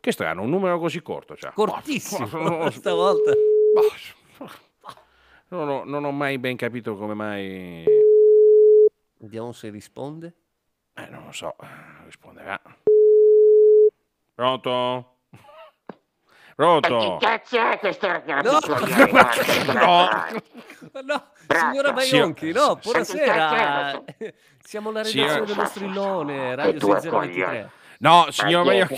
Speaker 4: Che strano, un numero così corto. Cioè. <laughs>
Speaker 2: Cortissimo, stavolta.
Speaker 4: Non ho, non ho mai ben capito come mai...
Speaker 2: Vediamo se risponde.
Speaker 4: Eh, non lo so, risponderà. Pronto?
Speaker 5: Che <laughs>
Speaker 4: Pronto?
Speaker 5: cazzo è questo
Speaker 2: No.
Speaker 4: No.
Speaker 2: Ma <laughs> No,
Speaker 5: Basta.
Speaker 2: signora Baionchi, no,
Speaker 4: Sì.
Speaker 2: buonasera. <laughs> Siamo alla
Speaker 4: Signora-
Speaker 2: redazione dello strillone, Radio
Speaker 5: E tu,
Speaker 2: 6023.
Speaker 4: No, signor Maiocchi.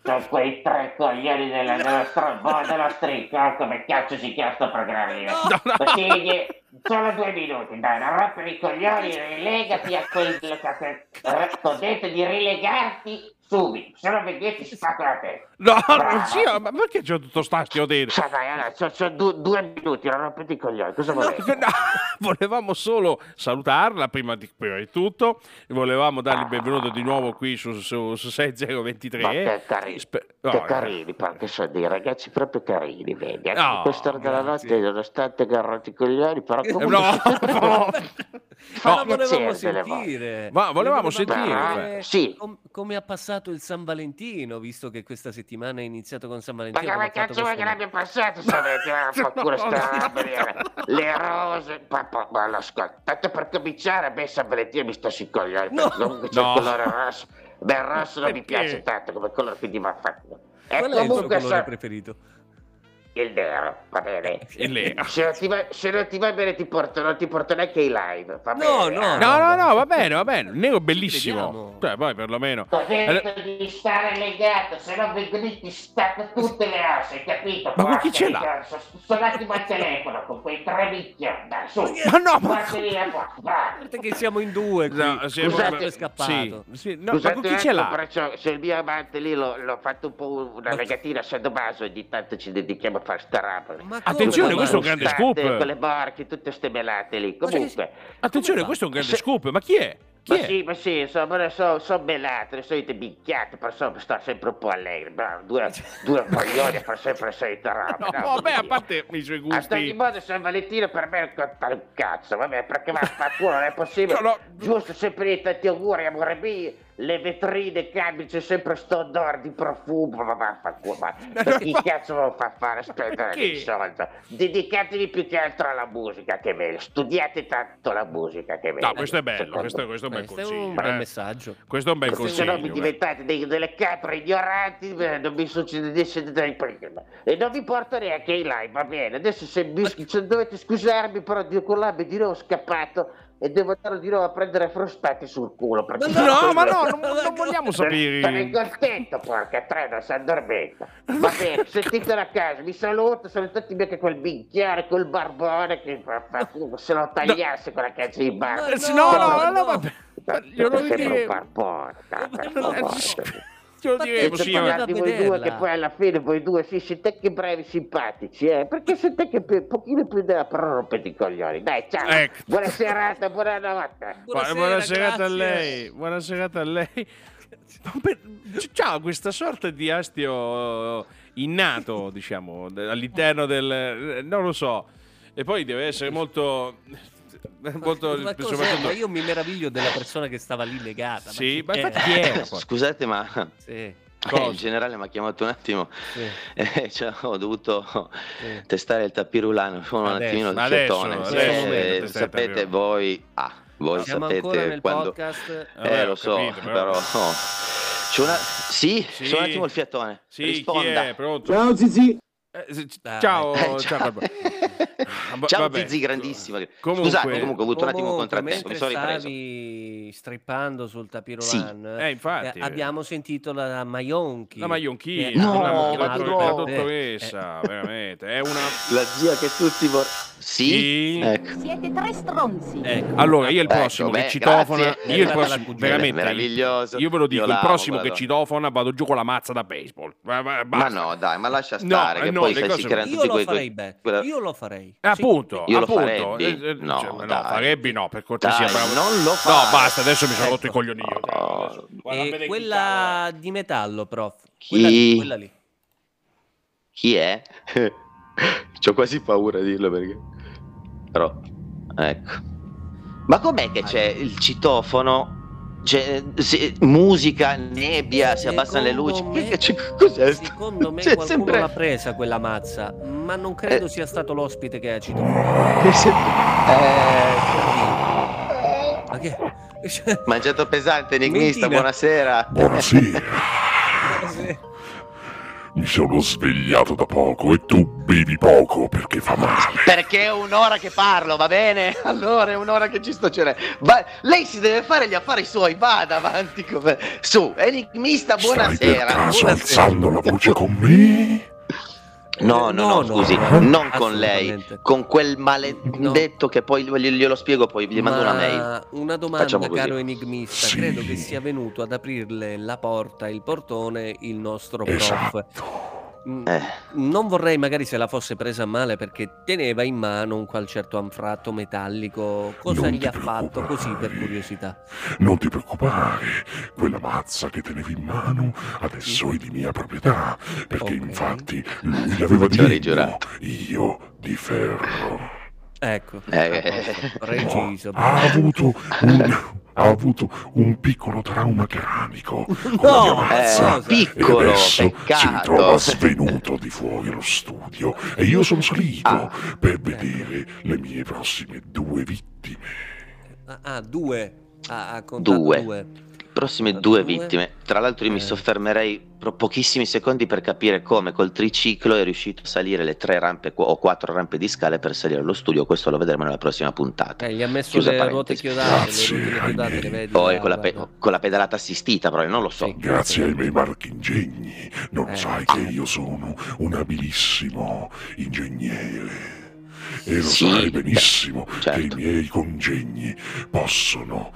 Speaker 5: Sono quei tre coglioni della nostra della striscia, come cazzo si chiama sto programma? lì?
Speaker 4: No, no.
Speaker 5: Consigli, solo due minuti, dai, non rompere i coglioni, rilegati a quel ho detto di rilegarti subito, se no vedete si fa con la testa.
Speaker 4: No, signor, ma perché c'è tutto stacchio dentro?
Speaker 5: Cioè, dai, allora, sono due, due minuti, non rompete i coglioni, cosa volete?
Speaker 4: <laughs> No, volevamo solo salutarla prima di, prima di tutto, volevamo dargli il benvenuto di nuovo qui su, su, su
Speaker 5: Ah. Ma che
Speaker 4: 6023.
Speaker 5: carini,
Speaker 4: Spe- no,
Speaker 5: che
Speaker 4: eh.
Speaker 5: carini, perché sono dei ragazzi proprio carini, vedi? Anche
Speaker 4: No,
Speaker 5: a quest'ora della
Speaker 2: grazie.
Speaker 5: notte, nonostante garrati i coglioni,
Speaker 2: <laughs>
Speaker 5: però
Speaker 4: Eh,
Speaker 5: <laughs> comunque...
Speaker 4: No, no.
Speaker 2: Ma la
Speaker 4: No.
Speaker 2: volevamo
Speaker 5: Piacere delle volte.
Speaker 2: sentire.
Speaker 4: Ma volevamo
Speaker 2: Le
Speaker 4: sentire,
Speaker 5: beh. Sì.
Speaker 2: com- come ha passato il San Valentino, visto che questa settimana è iniziato con San
Speaker 5: Ma
Speaker 2: Valentino.
Speaker 5: come
Speaker 2: abbiamo fatto
Speaker 5: cazzo vuoi che
Speaker 2: questo-
Speaker 5: l'abbia passato se
Speaker 4: <laughs>
Speaker 5: avete la fattura
Speaker 4: No, no, no.
Speaker 5: sta roba, Le rose, papà, ma lo ascolta. Tanto per cominciare, beh, San Valentino mi sto sui coglioni,
Speaker 2: No.
Speaker 5: perché comunque c'è
Speaker 4: No.
Speaker 5: il colore rosso. Beh, il rosso non mi
Speaker 4: Perché?
Speaker 5: piace tanto come colore, quindi va fatto.
Speaker 2: Qual
Speaker 5: E
Speaker 2: è il suo
Speaker 5: Eh, comunque
Speaker 2: colore
Speaker 5: sono
Speaker 2: preferito?
Speaker 5: il nero, va bene.
Speaker 4: Il nero.
Speaker 5: Se non, ti va, se non ti va bene ti porto, non ti porto neanche i live, va
Speaker 2: No,
Speaker 5: bene? Ah,
Speaker 2: no.
Speaker 4: No, no, no, va bene, va bene. Il nero è bellissimo.
Speaker 2: Vediamo.
Speaker 4: Cioè, poi perlomeno.
Speaker 5: Ho
Speaker 4: Allora-
Speaker 5: detto di stare legato, se no vengono ti stacco tutte le asse, hai capito?
Speaker 4: Ma ma chi
Speaker 5: Porca
Speaker 4: ce l'ha?
Speaker 5: miseria, Sono sono un attimo al telefono con quei tre minchioni, dai, su. eh,
Speaker 4: Ma no, ma-
Speaker 5: Portali da qua,
Speaker 2: A
Speaker 5: bravo.
Speaker 2: parte che siamo in due, qui.
Speaker 4: No, sì,
Speaker 5: Scusate.
Speaker 4: ma-
Speaker 2: è scappato.
Speaker 4: Sì, sì, no, ma
Speaker 5: Scusate
Speaker 4: con chi ce
Speaker 5: ecco,
Speaker 4: l'ha?
Speaker 5: perciò, se il mio amante lì l'ho, l'ho fatto un po' una
Speaker 2: Ma-
Speaker 5: legatina a Sadomaso e di tanto ci dedichiamo a fare sta rapa.
Speaker 2: Ma come
Speaker 4: Attenzione,
Speaker 2: mai?
Speaker 4: questo è un grande
Speaker 5: State
Speaker 4: scoop.
Speaker 5: Con le barche, tutte ste melate lì.
Speaker 2: Ma che-
Speaker 5: Comunque,
Speaker 4: Attenzione,
Speaker 2: fa?
Speaker 4: questo è un grande
Speaker 5: Se-
Speaker 4: scoop. Ma chi è? Chi
Speaker 5: Ma
Speaker 4: è?
Speaker 5: sì, ma sì, insomma, ora so, so bellato, le solite bicchiate, però insomma, sto sempre un po' allegro, bravo, due,
Speaker 4: <laughs>
Speaker 5: due coglioni per sempre la solita
Speaker 4: <laughs>
Speaker 5: roba.
Speaker 4: Eh, cioè No,
Speaker 5: no?
Speaker 4: vabbè, a parte i suoi
Speaker 5: Ad ogni
Speaker 4: gusti.
Speaker 5: modo San Valentino per me è un contare un cazzo, vabbè, perché va a culo, non è possibile.
Speaker 4: <laughs> No, no.
Speaker 5: Giusto, sempre di tanti auguri, amore mio, le vetrine cambi, c'è sempre sto odore di profumo, ma vaffanculo, ma
Speaker 4: <laughs> no,
Speaker 5: chi
Speaker 4: ma-
Speaker 5: cazzo lo fa
Speaker 4: <laughs>
Speaker 5: fare spendere
Speaker 4: Perché?
Speaker 5: dei soldi? Dedicatevi più che altro alla musica, che è meglio, studiate tanto la musica, che è meglio.
Speaker 4: No, questo è bello,
Speaker 5: Secondo
Speaker 4: questo, questo è un bel
Speaker 2: Questo è un
Speaker 4: consiglio.
Speaker 2: bel
Speaker 4: eh.
Speaker 2: messaggio.
Speaker 4: Questo è un bel
Speaker 5: perché se no
Speaker 4: consiglio.
Speaker 5: mi
Speaker 4: eh.
Speaker 5: diventate dei- delle capre ignoranti, eh, non mi succedesse niente di prima. E non vi porto neanche in live, va bene. Adesso se, mi- se dovete scusarmi, però Dio con l'abbia di nuovo scappato e devo andare di nuovo a prendere frustati sul culo. Perché
Speaker 4: No, ma no, non, non vogliamo
Speaker 5: Sarei
Speaker 4: sapere.
Speaker 5: contento, porca tre, non si addormenta.
Speaker 4: <laughs>
Speaker 5: Va bene, sentitela a casa, mi saluto, salutatemi anche quel minchiare, quel barbone che se lo tagliasse quella cazzo di barba.
Speaker 4: Eh, sì, No, no, no,
Speaker 2: No,
Speaker 4: no,
Speaker 2: no.
Speaker 4: vabbè. Ma Glielo Eh, <laughs>
Speaker 5: Io sempre un
Speaker 4: diremo.
Speaker 2: no.
Speaker 5: barbone,
Speaker 2: eh,
Speaker 5: dai, barbone.
Speaker 4: Glielo
Speaker 2: Ma
Speaker 4: diremo,
Speaker 2: te-
Speaker 5: Senza
Speaker 4: signore.
Speaker 2: guarda-
Speaker 5: parlare di voi
Speaker 2: vederla.
Speaker 5: due che poi alla fine voi due sì, siete anche bravi e simpatici, eh? Perché siete anche un pochino più della però rompete i coglioni. Dai, ciao.
Speaker 4: Ecco.
Speaker 5: Buona serata, buonanotte.
Speaker 4: Buona, serata a lei. Buona serata a lei. Ma per- c- C'ha questa sorta di astio innato, diciamo, de- all'interno del... non lo so. E poi deve essere molto... molto
Speaker 2: Ma cos'è?
Speaker 4: soprattutto-
Speaker 2: Ma io mi meraviglio della persona che stava lì legata.
Speaker 4: Sì, Eh. ma
Speaker 2: chi
Speaker 4: infatti chi
Speaker 2: è?
Speaker 4: era?
Speaker 3: <laughs>
Speaker 4: poi?
Speaker 3: Scusate, ma
Speaker 2: Sì,
Speaker 4: Cosa?
Speaker 3: il generale mi ha chiamato un attimo.
Speaker 2: sì,
Speaker 3: Eh, cioè, ho dovuto
Speaker 2: sì.
Speaker 3: testare il tapirulano con un
Speaker 2: Adesso,
Speaker 3: attimino di
Speaker 4: adesso,
Speaker 3: fiatone.
Speaker 4: adesso
Speaker 3: Eh,
Speaker 2: momento,
Speaker 4: testare il
Speaker 3: sapete
Speaker 4: tapirulano.
Speaker 3: voi, ah, voi
Speaker 2: Siamo ancora
Speaker 3: sapete
Speaker 2: nel
Speaker 3: quando...
Speaker 2: podcast.
Speaker 4: Vabbè,
Speaker 3: eh,
Speaker 4: ho
Speaker 3: lo so,
Speaker 4: capito, però-
Speaker 3: però... no. C'è una... Sì,
Speaker 4: Sì.
Speaker 3: c'è un attimo il fiatone.
Speaker 4: Sì,
Speaker 3: Risponda.
Speaker 4: chi è? Pronto?
Speaker 6: Ciao Zizi.
Speaker 4: Eh, se- c-
Speaker 2: Dai.
Speaker 4: ciao,
Speaker 3: Eh,
Speaker 4: ciao.
Speaker 3: ciao,
Speaker 4: Carlo.
Speaker 3: <laughs>
Speaker 4: Ah, va-
Speaker 3: Ciao,
Speaker 4: vabbè.
Speaker 3: Zizi, grandissima.
Speaker 4: Comunque-
Speaker 3: Scusate, comunque ho avuto un attimo un contrattempo,
Speaker 2: mentre
Speaker 3: mi sono ripreso.
Speaker 2: stavi strippando sul
Speaker 3: Sì.
Speaker 2: tapirolan,
Speaker 4: Eh, infatti.
Speaker 2: abbiamo sentito la Maionchi.
Speaker 4: La maionchina,
Speaker 2: Eh,
Speaker 3: No,
Speaker 4: una-
Speaker 2: abbiamo
Speaker 4: una,
Speaker 2: chiamato
Speaker 3: ma
Speaker 4: dott-
Speaker 3: no.
Speaker 4: una
Speaker 2: per-
Speaker 4: dottoressa, veramente. È una...
Speaker 3: La zia che tutti vor... Sì?
Speaker 4: Sì.
Speaker 3: Ecco.
Speaker 7: Siete tre stronzi.
Speaker 2: Eh, ecco.
Speaker 4: Allora, io il
Speaker 3: Ecco,
Speaker 4: prossimo
Speaker 3: beh,
Speaker 4: che citofona,
Speaker 3: grazie.
Speaker 4: io il
Speaker 2: Arrivata la
Speaker 4: prossimo,
Speaker 2: cugina.
Speaker 4: veramente,
Speaker 3: Meraviglioso.
Speaker 4: Io ve lo dico,
Speaker 3: Io
Speaker 4: il
Speaker 3: l'amo,
Speaker 4: prossimo che
Speaker 3: guarda.
Speaker 4: citofona vado giù con la mazza da baseball. Ma, ma-
Speaker 3: Ma
Speaker 4: basta.
Speaker 3: no, dai, ma lascia
Speaker 4: No, eh,
Speaker 3: stare, che
Speaker 4: no,
Speaker 3: poi
Speaker 4: le
Speaker 3: sai,
Speaker 4: cose
Speaker 3: si
Speaker 4: no.
Speaker 3: creano
Speaker 2: Io
Speaker 3: tutti
Speaker 2: lo
Speaker 3: quei...
Speaker 2: farei,
Speaker 3: quei-
Speaker 2: beh,
Speaker 3: quella-
Speaker 2: io lo farei.
Speaker 4: Eh,
Speaker 2: Sì.
Speaker 4: appunto,
Speaker 3: Io lo
Speaker 4: appunto.
Speaker 3: farebbi?
Speaker 4: Eh, eh,
Speaker 3: No,
Speaker 4: cioè, ma no,
Speaker 3: dai.
Speaker 4: farebbi no, per cortesia,
Speaker 3: Dai,
Speaker 4: bravo.
Speaker 3: non lo fare.
Speaker 4: No, basta, adesso mi sono
Speaker 2: Ecco.
Speaker 4: rotto i coglioni io. dai,
Speaker 3: Oh.
Speaker 4: adesso. Guarda,
Speaker 2: E
Speaker 4: vedi chi cavolo
Speaker 2: Eh, quella di metallo, prof.
Speaker 3: Chi?
Speaker 2: Quella lì, quella lì.
Speaker 3: Chi è? <laughs> C'ho quasi paura a dirlo perché. Però. Ecco. Ma com'è che c'è il citofono? C'è se- musica, nebbia, si abbassano le luci.
Speaker 2: Secondo me-
Speaker 3: Che- che- cos'è?
Speaker 2: Secondo me
Speaker 3: C'è
Speaker 2: qualcuno
Speaker 3: sempre- <laughs> Eh.
Speaker 2: l'ha presa quella mazza, ma non credo sia stato l'ospite che ha citato.
Speaker 3: che se- Eh, <laughs>
Speaker 2: Ma che? Cioè,
Speaker 3: mangiato pesante, enigmista,
Speaker 2: Mentina.
Speaker 3: buonasera. <laughs>
Speaker 8: Buonasera, mi sono svegliato da poco e tu bevi poco perché fa male.
Speaker 3: Perché è un'ora che parlo, va bene? <laughs> Allora è un'ora che ci sto c'era. Va- lei si deve fare gli affari suoi, vada avanti. come- Su, enigmista,
Speaker 8: Stai per
Speaker 3: buonasera.
Speaker 8: caso
Speaker 2: buonasera.
Speaker 8: alzando la voce con me?
Speaker 3: No, no, no,
Speaker 2: Eh, No, no,
Speaker 3: scusi,
Speaker 2: no,
Speaker 3: non con lei,
Speaker 2: assolutamente.
Speaker 3: con quel maledetto che poi gli- glielo spiego, poi gli mando
Speaker 2: Ma
Speaker 3: una mail.
Speaker 2: Una domanda,
Speaker 3: Facciamo così.
Speaker 2: caro enigmista.
Speaker 8: Sì.
Speaker 2: Credo che sia venuto ad aprirle la porta, il portone, il nostro prof.
Speaker 8: Esatto.
Speaker 2: Mm,
Speaker 3: Eh,
Speaker 2: Non vorrei magari se la fosse presa a male perché teneva in mano un qual certo anfratto metallico. Cosa
Speaker 8: Non
Speaker 2: gli
Speaker 8: ti
Speaker 2: ha fatto
Speaker 8: preoccupare.
Speaker 2: così per curiosità?
Speaker 8: Non ti preoccupare, quella mazza che tenevi in mano adesso è di mia proprietà, perché
Speaker 2: Ok.
Speaker 8: infatti lui l'aveva di
Speaker 3: Ce l'hai
Speaker 8: legno,
Speaker 3: giurato.
Speaker 8: io di ferro.
Speaker 2: Ecco,
Speaker 3: Eh.
Speaker 2: a posto, preciso.
Speaker 8: Ha avuto un... Ha avuto un piccolo trauma
Speaker 3: <laughs>
Speaker 8: cranico con
Speaker 2: No,
Speaker 8: la mia mazza.
Speaker 3: eh, piccolo,
Speaker 8: e adesso si
Speaker 3: peccato.
Speaker 8: ritrova svenuto di fuori allo studio e io sono salito
Speaker 3: Ah.
Speaker 8: per vedere le mie prossime due vittime.
Speaker 2: Ah, ah, due. Ah, ha contato
Speaker 3: Due.
Speaker 2: due.
Speaker 3: Prossime
Speaker 2: Due.
Speaker 3: due vittime. Tra l'altro, io
Speaker 2: Eh.
Speaker 3: mi soffermerei pro- pochissimi secondi per capire come col triciclo è riuscito a salire le tre rampe qu- o quattro rampe di scale per salire allo studio. Questo lo vedremo nella prossima puntata.
Speaker 2: Eh, gli ha messo
Speaker 3: Chiusa
Speaker 2: le ruote
Speaker 3: parentesi.
Speaker 2: chiodate,
Speaker 8: Grazie,
Speaker 2: le ruote chiodate, le
Speaker 8: ahimè.
Speaker 2: vedi.
Speaker 3: Poi
Speaker 2: là,
Speaker 3: con la, <laughs> pe- Ecco,
Speaker 2: guarda.
Speaker 3: con la pedalata assistita, però non lo so.
Speaker 2: Sì.
Speaker 8: Grazie ai miei marchingegni, non
Speaker 2: Eh.
Speaker 8: sai che io sono un abilissimo ingegnere. E lo
Speaker 3: Sì,
Speaker 8: sai benissimo
Speaker 3: certo.
Speaker 8: che i miei congegni possono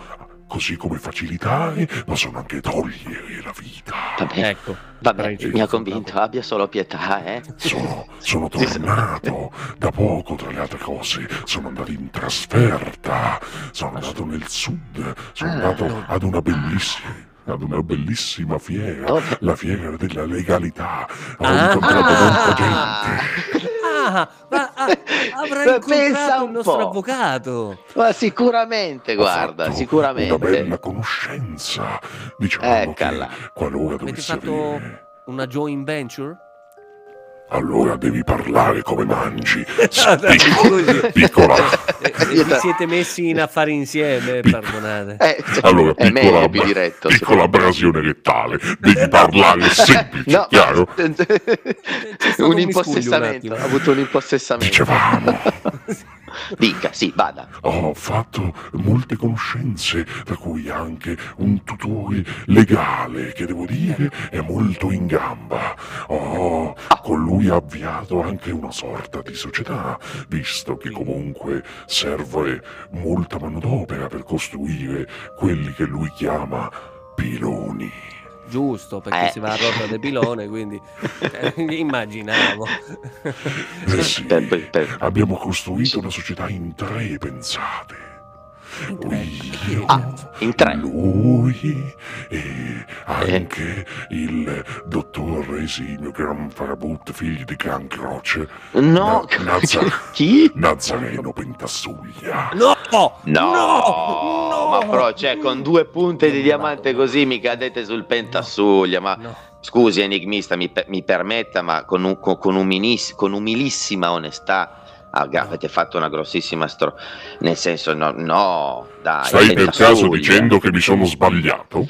Speaker 8: così come facilitare, ma sono anche togliere la vita.
Speaker 3: Vabbè,
Speaker 6: Ecco.
Speaker 3: vabbè
Speaker 6: Pregi,
Speaker 3: mi ha
Speaker 6: sono
Speaker 3: convinto, abbia solo pietà, eh.
Speaker 8: Sono, sono tornato da poco, tra le altre cose. Sono andato in trasferta. Sono andato nel sud.
Speaker 3: Ah.
Speaker 8: Sono andato ad una bellissima. Ad una bellissima fiera,
Speaker 3: Dove?
Speaker 8: la fiera della legalità. Ho
Speaker 2: Ah.
Speaker 8: incontrato tanta
Speaker 3: Ah.
Speaker 8: <laughs> gente.
Speaker 2: Ah, ma
Speaker 3: <laughs>
Speaker 2: ah, avrà
Speaker 3: Ma pensa
Speaker 2: incontrato
Speaker 3: un
Speaker 2: il nostro
Speaker 3: po'.
Speaker 2: avvocato.
Speaker 3: Ma sicuramente, guarda,
Speaker 8: fatto
Speaker 3: sicuramente.
Speaker 8: Una bella conoscenza. Diciamo
Speaker 3: Eccola.
Speaker 8: che qualora
Speaker 2: Avete
Speaker 8: dovesse
Speaker 2: fatto-
Speaker 8: avvenire,
Speaker 2: Una joint venture?
Speaker 8: allora devi parlare
Speaker 2: <laughs>
Speaker 8: come mangi.
Speaker 2: Ah, Scusi.
Speaker 8: Piccola.
Speaker 2: Eh, eh, Vi siete messi in affari
Speaker 3: <laughs>
Speaker 2: insieme, perdonate.
Speaker 3: Eh,
Speaker 8: Allora,
Speaker 3: è
Speaker 8: piccola,
Speaker 3: meglio, è più
Speaker 8: abra-
Speaker 3: diretto.
Speaker 8: piccola abrasione rettale, devi parlare semplice,
Speaker 3: <laughs> No, <laughs> Cioè,
Speaker 8: chiaro?
Speaker 2: stato Cioè, un
Speaker 3: un
Speaker 2: miscuglio
Speaker 3: impossessamento.
Speaker 2: un
Speaker 3: Ha
Speaker 2: attimo.
Speaker 3: avuto un impossessamento.
Speaker 8: Dicevamo,
Speaker 3: <laughs> Dica, sì, vada.
Speaker 8: ho fatto molte conoscenze, tra cui anche un tutore legale che devo dire è molto in gamba. Ho con lui avviato anche una sorta di società, visto che comunque serve molta manodopera per costruire quelli che lui chiama piloni.
Speaker 2: Giusto, perché
Speaker 3: Eh.
Speaker 2: si va a rotta del pilone, quindi eh, immaginavo.
Speaker 8: Eh sì.
Speaker 3: Per- per- per-
Speaker 8: Abbiamo costruito una società in tre, pensate. Io,
Speaker 3: Ah, in tre.
Speaker 8: lui e
Speaker 3: Eh.
Speaker 8: anche il dottor Esimio Gran Farabut, figlio di Gran Croce,
Speaker 3: <laughs> No, cioè,
Speaker 8: Na- Nazza-
Speaker 3: chi?
Speaker 8: Nazareno Pentassuglia.
Speaker 2: No!
Speaker 3: No,
Speaker 2: No!
Speaker 3: ma però, cioè, con due punte di
Speaker 2: No.
Speaker 3: diamante così mi cadete sul pentasuglia, ma...
Speaker 2: No.
Speaker 3: Scusi, enigmista, mi, per- mi permetta, ma con, un- con- con umilis- con umilissima onestà ah, gra- avete fatto una grossissima stro... Nel senso, no, no dai.
Speaker 8: Stai per
Speaker 3: Pentassuglia.
Speaker 8: caso dicendo che mi sono sbagliato?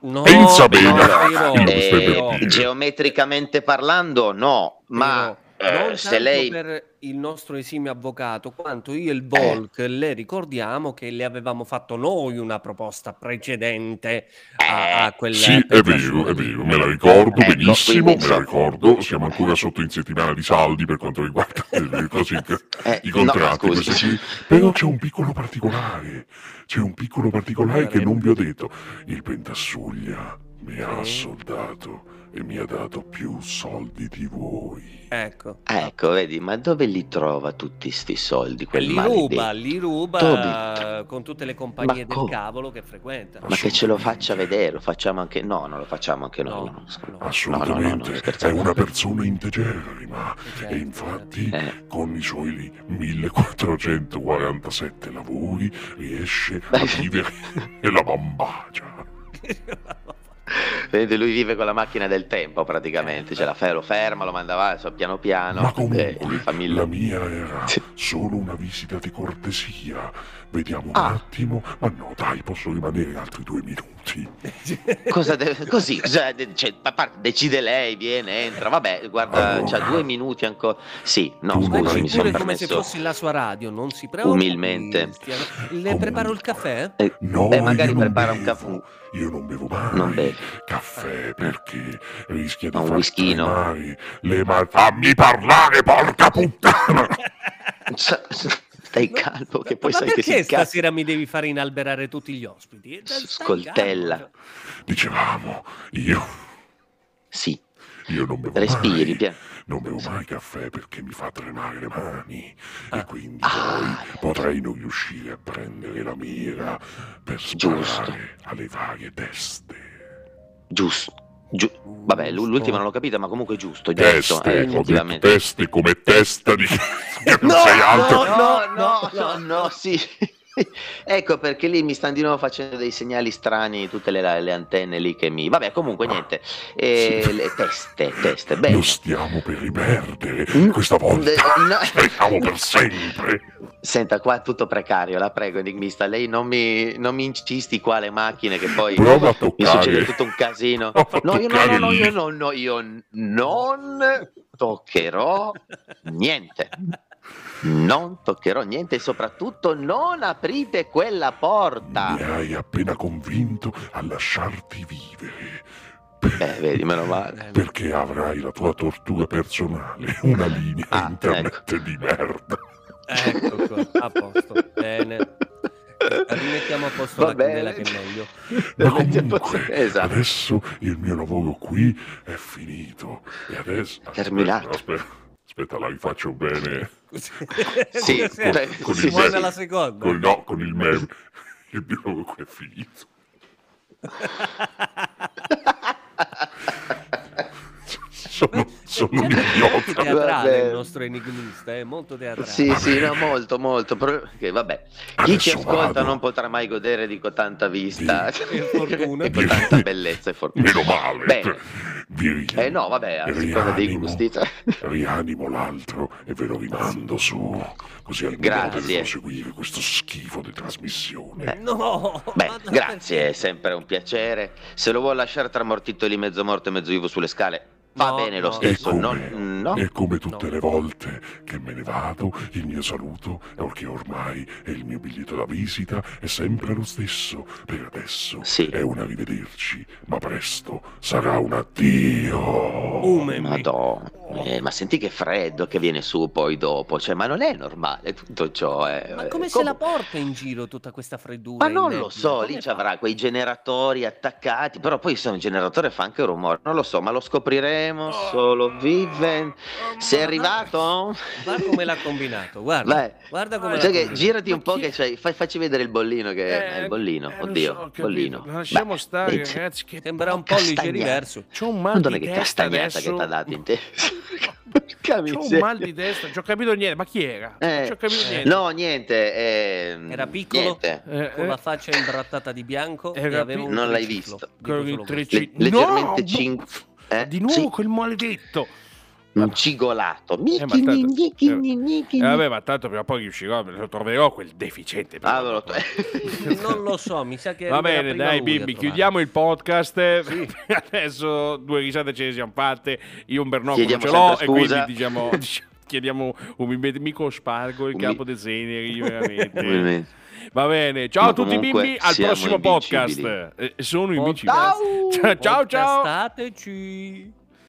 Speaker 2: No,
Speaker 8: Pensa bene
Speaker 2: no,
Speaker 8: a
Speaker 2: Piero,
Speaker 8: quello che stai per
Speaker 3: Eh,
Speaker 2: Piero,
Speaker 8: dire.
Speaker 3: geometricamente parlando, no, ma
Speaker 2: Piero,
Speaker 3: eh,
Speaker 2: non
Speaker 3: se
Speaker 2: tanto
Speaker 3: lei...
Speaker 2: per il nostro esimio avvocato, quanto io e il Volk
Speaker 3: Eh.
Speaker 2: le ricordiamo che le avevamo fatto noi una proposta precedente a,
Speaker 3: Eh,
Speaker 2: a quella
Speaker 8: Sì, è vero, è vero, me la ricordo
Speaker 3: Ecco,
Speaker 8: benissimo,
Speaker 3: quindi-
Speaker 8: me la ricordo, siamo ancora sotto in settimana di saldi per quanto riguarda le
Speaker 3: <laughs>
Speaker 8: cose,
Speaker 3: Eh,
Speaker 8: i
Speaker 3: no,
Speaker 8: contratti.
Speaker 3: scusi.
Speaker 8: questi sì. Però c'è un piccolo particolare, c'è un piccolo particolare che non vi ho detto. Il Pentassuglia mi ha
Speaker 2: Sì.
Speaker 8: soldato e mi ha dato più soldi di voi.
Speaker 2: Ecco.
Speaker 3: Ecco, vedi, ma dove li trova tutti sti soldi? Quel
Speaker 2: Li
Speaker 3: maledetto?
Speaker 2: ruba, li ruba
Speaker 3: Toby.
Speaker 2: eh, con tutte le compagnie
Speaker 3: Ma
Speaker 2: del
Speaker 3: come?
Speaker 2: cavolo che frequenta.
Speaker 3: Ma che ce lo faccia vedere, lo facciamo anche... No, non lo facciamo anche noi. no,
Speaker 2: No,
Speaker 3: scherzo.
Speaker 2: no,
Speaker 3: No, no, no,
Speaker 8: Assolutamente,
Speaker 3: no,
Speaker 8: è
Speaker 3: scherziamo.
Speaker 8: una persona integerrima
Speaker 2: certo.
Speaker 8: e infatti
Speaker 3: Eh.
Speaker 8: con i suoi lì 1447 lavori riesce a
Speaker 3: Beh.
Speaker 8: vivere <laughs> nella bambagia.
Speaker 3: Vedi, lui vive con la macchina del tempo praticamente, cioè la fe- lo ferma, lo manda avanti, so, piano piano,
Speaker 8: Ma
Speaker 3: eh, gli
Speaker 8: comunque
Speaker 3: fa mille-
Speaker 8: la mia era
Speaker 3: Sì.
Speaker 8: solo una visita di cortesia. Vediamo
Speaker 3: Ah.
Speaker 8: un attimo, ma no dai, posso rimanere altri due minuti.
Speaker 3: Cosa deve- Così, cosa de- cioè, a parte, decide lei, viene, entra, vabbè, guarda,
Speaker 8: Allora.
Speaker 3: c'ha due minuti ancora... Sì, no,
Speaker 8: Tu non
Speaker 3: scusi,
Speaker 8: hai
Speaker 3: mi
Speaker 8: pure
Speaker 3: sono
Speaker 2: Oppure Ecco, come se
Speaker 3: permesso...
Speaker 2: fossi la sua radio, non si preoccupi.
Speaker 3: Umilmente.
Speaker 2: stia- Le
Speaker 8: Comunque.
Speaker 2: preparo il caffè?
Speaker 3: Eh,
Speaker 8: No,
Speaker 3: beh, magari
Speaker 8: io non
Speaker 3: prepara un
Speaker 8: bevo.
Speaker 3: caffè...
Speaker 8: Io non bevo mai
Speaker 3: Non bevi.
Speaker 8: caffè perché rischia di
Speaker 3: Ma un
Speaker 8: far
Speaker 3: whiskino.
Speaker 8: tremare le ma- Fammi parlare, porca puttana! <laughs>
Speaker 3: Sa- Stai calmo che poi
Speaker 2: Ma
Speaker 3: sai che si
Speaker 2: perché
Speaker 3: incazza.
Speaker 2: stasera mi devi far inalberare tutti gli ospiti? Stai
Speaker 3: Scoltella.
Speaker 2: calmo.
Speaker 8: Dicevamo, io,
Speaker 3: Sì,
Speaker 8: io non bevo
Speaker 3: respiri,
Speaker 8: mai.
Speaker 3: piano.
Speaker 8: Non bevo mai caffè perché mi fa tremare le mani
Speaker 2: Ah.
Speaker 8: e quindi
Speaker 3: Ah.
Speaker 8: poi potrei non riuscire a prendere la mira per sparare
Speaker 3: Giusto.
Speaker 8: alle varie teste.
Speaker 3: Giusto. Giu-
Speaker 2: cioè.
Speaker 3: Vabbè,
Speaker 2: Mm,
Speaker 3: l'u- l'ultima
Speaker 2: ecco,
Speaker 3: non l'ho capita, ma comunque è giusto, giusto, eh,
Speaker 8: Teste, ho detto
Speaker 3: effettivamente.
Speaker 8: teste come testa di...
Speaker 3: <laughs>
Speaker 8: che non sei altro.
Speaker 3: no, no, no, no, sì. <laughs> ecco perché lì mi stanno di nuovo facendo dei segnali strani, tutte le, le antenne lì che mi... Vabbè, comunque niente. Eh,
Speaker 8: Ah. Sì.
Speaker 3: Le teste, teste, bene.
Speaker 8: Lo stiamo per riperdere
Speaker 3: Mm.
Speaker 8: questa volta.
Speaker 3: Eh, no.
Speaker 8: Speriamo per sempre.
Speaker 3: Senta, qua è tutto precario, la prego, enigmista, lei non mi, non mi incisti qua le macchine che poi...
Speaker 8: Prova a
Speaker 3: Mi
Speaker 8: toccare.
Speaker 3: succede tutto un casino.
Speaker 8: Prova a
Speaker 3: No, io no, no,
Speaker 8: toccare
Speaker 3: no,
Speaker 8: lì.
Speaker 3: io no, no, io n- non toccherò niente. Non toccherò niente e soprattutto non aprite quella
Speaker 8: Mi
Speaker 3: porta.
Speaker 8: hai appena convinto a lasciarti vivere.
Speaker 3: Eh, vedi, meno male.
Speaker 8: Perché avrai la tua tortura personale, una linea
Speaker 3: Ah,
Speaker 5: ecco. <laughs>
Speaker 8: internet di merda.
Speaker 2: Ecco qua, a posto, bene. Rimettiamo mettiamo a posto
Speaker 5: Va
Speaker 2: la candela
Speaker 5: bene.
Speaker 2: che è meglio.
Speaker 8: Ma
Speaker 5: Avete
Speaker 8: comunque,
Speaker 5: potuto- Ecco. esatto.
Speaker 8: adesso il mio lavoro qui è finito. E adesso... aspetta,
Speaker 5: Terminato.
Speaker 8: Aspetta, aspetta, la rifaccio bene.
Speaker 2: Così-
Speaker 5: <laughs> Sì,
Speaker 2: così
Speaker 5: cioè,
Speaker 2: si
Speaker 8: con
Speaker 5: sì,
Speaker 8: il
Speaker 2: muove
Speaker 8: meme.
Speaker 5: sì.
Speaker 2: alla seconda.
Speaker 8: Col- no, con il meme. Il mio lavoro qui è finito. Sono, sono un
Speaker 2: Molto
Speaker 8: idiota.
Speaker 2: teatrale
Speaker 5: Vabbè.
Speaker 2: il nostro enigmista, è molto teatrale.
Speaker 5: Sì, sì, no, molto, molto. però- che vabbè. Chi
Speaker 8: Adesso
Speaker 5: ci ascolta
Speaker 8: vado.
Speaker 5: non potrà mai godere di tanta vista
Speaker 2: Di- per
Speaker 5: <laughs>
Speaker 2: fortuna.
Speaker 5: e tanta bellezza e fortuna.
Speaker 8: Meno male.
Speaker 5: Beh,
Speaker 8: Vi ri-
Speaker 5: eh no, vabbè, a seconda dei
Speaker 8: rianimo-
Speaker 2: <laughs>
Speaker 5: gusti. cioè.
Speaker 8: Rianimo l'altro e ve lo rimando su, così almeno
Speaker 5: Grazie. Eh,
Speaker 8: potete proseguire questo schifo di trasmissione.
Speaker 2: Eh, No,
Speaker 5: Beh,
Speaker 2: ma no,
Speaker 5: grazie, è
Speaker 2: perché?
Speaker 5: sempre un piacere. Se lo vuoi lasciare tra mortito lì mezzo morto e mezzo vivo sulle scale, va
Speaker 2: No,
Speaker 5: bene lo
Speaker 2: no.
Speaker 8: E
Speaker 5: stesso.
Speaker 8: come,
Speaker 5: non- no?
Speaker 8: e come tutte
Speaker 2: No.
Speaker 8: le volte che me ne vado, il mio saluto, perché ormai è il mio biglietto da visita, è sempre lo stesso. Per adesso
Speaker 5: Sì.
Speaker 8: è un arrivederci, ma presto sarà un addio.
Speaker 2: Umemi.
Speaker 5: Madonna, eh, ma senti che freddo che viene su poi dopo, cioè, ma non è normale tutto ciò. eh.
Speaker 2: Ma come se
Speaker 5: Com-
Speaker 2: la porta in giro tutta questa freddura?
Speaker 5: Ma non lo
Speaker 2: inebile?
Speaker 5: so,
Speaker 2: Come
Speaker 5: lì ci
Speaker 2: fa?
Speaker 5: avrà quei generatori attaccati, però poi se un generatore fa anche rumore, non lo so, ma lo scopriremo
Speaker 4: Oh.
Speaker 5: solo Viven. Sei arrivato?
Speaker 2: Guarda come l'ha combinato, guarda.
Speaker 5: Vai.
Speaker 2: Guarda come l'ha
Speaker 5: Cioè che
Speaker 2: combinato.
Speaker 5: girati un
Speaker 4: Ma
Speaker 5: po'
Speaker 4: chi-
Speaker 5: che c'hai, fai- facci vedere il bollino che è
Speaker 4: Eh,
Speaker 5: il bollino,
Speaker 4: eh, lo
Speaker 5: oddio,
Speaker 4: so, ho capito,
Speaker 5: bollino.
Speaker 4: ma Lasciamo
Speaker 5: Beh,
Speaker 4: stare,
Speaker 5: vedi,
Speaker 4: ragazzi. Che
Speaker 2: Sembra un
Speaker 5: po'
Speaker 2: pollice
Speaker 5: castagnata.
Speaker 2: diverso.
Speaker 4: C'ho un mal
Speaker 5: Madonna
Speaker 4: di
Speaker 5: che
Speaker 4: testa
Speaker 5: castagnata
Speaker 4: adesso.
Speaker 5: che ti ha dato
Speaker 4: <laughs>
Speaker 5: in te. Porca
Speaker 4: C'ho un
Speaker 5: miseria.
Speaker 4: mal di testa, non ci ho capito niente. Ma chi era? Non
Speaker 5: Eh,
Speaker 4: ci ho capito niente.
Speaker 5: No, niente. ehm,
Speaker 2: Era piccolo,
Speaker 5: niente.
Speaker 4: Eh,
Speaker 2: con
Speaker 4: eh,
Speaker 2: la faccia imbrattata di bianco
Speaker 4: Eh,
Speaker 2: e aveva un
Speaker 5: non l'hai
Speaker 2: triciclo.
Speaker 5: visto.
Speaker 2: Dico
Speaker 4: Con il
Speaker 2: solo questo.
Speaker 4: triciclo.
Speaker 5: Le-
Speaker 4: No,
Speaker 5: leggermente
Speaker 4: bu-
Speaker 5: cin- eh,
Speaker 4: Di nuovo
Speaker 5: sì,
Speaker 4: quel maledetto.
Speaker 5: un cigolato.
Speaker 4: Eh, ma tanto-
Speaker 5: Michini, michini, michini.
Speaker 4: Eh, vabbè, ma tanto prima o poi riuscirò, me lo troverò quel deficiente.
Speaker 5: Ah, ve lo to-
Speaker 2: Non lo so, mi sa che
Speaker 4: Va
Speaker 2: arriverà
Speaker 4: bene,
Speaker 2: prima
Speaker 4: dai
Speaker 2: lui a
Speaker 4: bimbi,
Speaker 2: trovarlo.
Speaker 4: chiudiamo il podcast. <laughs> Adesso due risate ce le siamo fatte. Io un Bernocco non
Speaker 5: Chiediamo
Speaker 4: ce l'ho e
Speaker 5: sempre
Speaker 4: quindi
Speaker 5: scusa. <laughs>
Speaker 4: diciamo <laughs> chiediamo un bimbi- mico spargo il
Speaker 5: Un
Speaker 4: capo
Speaker 5: bi-
Speaker 4: dei
Speaker 5: <laughs>
Speaker 4: zeneri veramente.
Speaker 5: Ovviamente.
Speaker 4: Va bene, ciao a
Speaker 5: Ma
Speaker 4: tutti
Speaker 5: comunque
Speaker 4: bimbi, al
Speaker 5: siamo
Speaker 4: prossimo
Speaker 5: invincibili.
Speaker 4: podcast. Eh, sono invincibili. <laughs>
Speaker 2: Podcast-
Speaker 4: Ciao ciao.
Speaker 2: Podcastateci.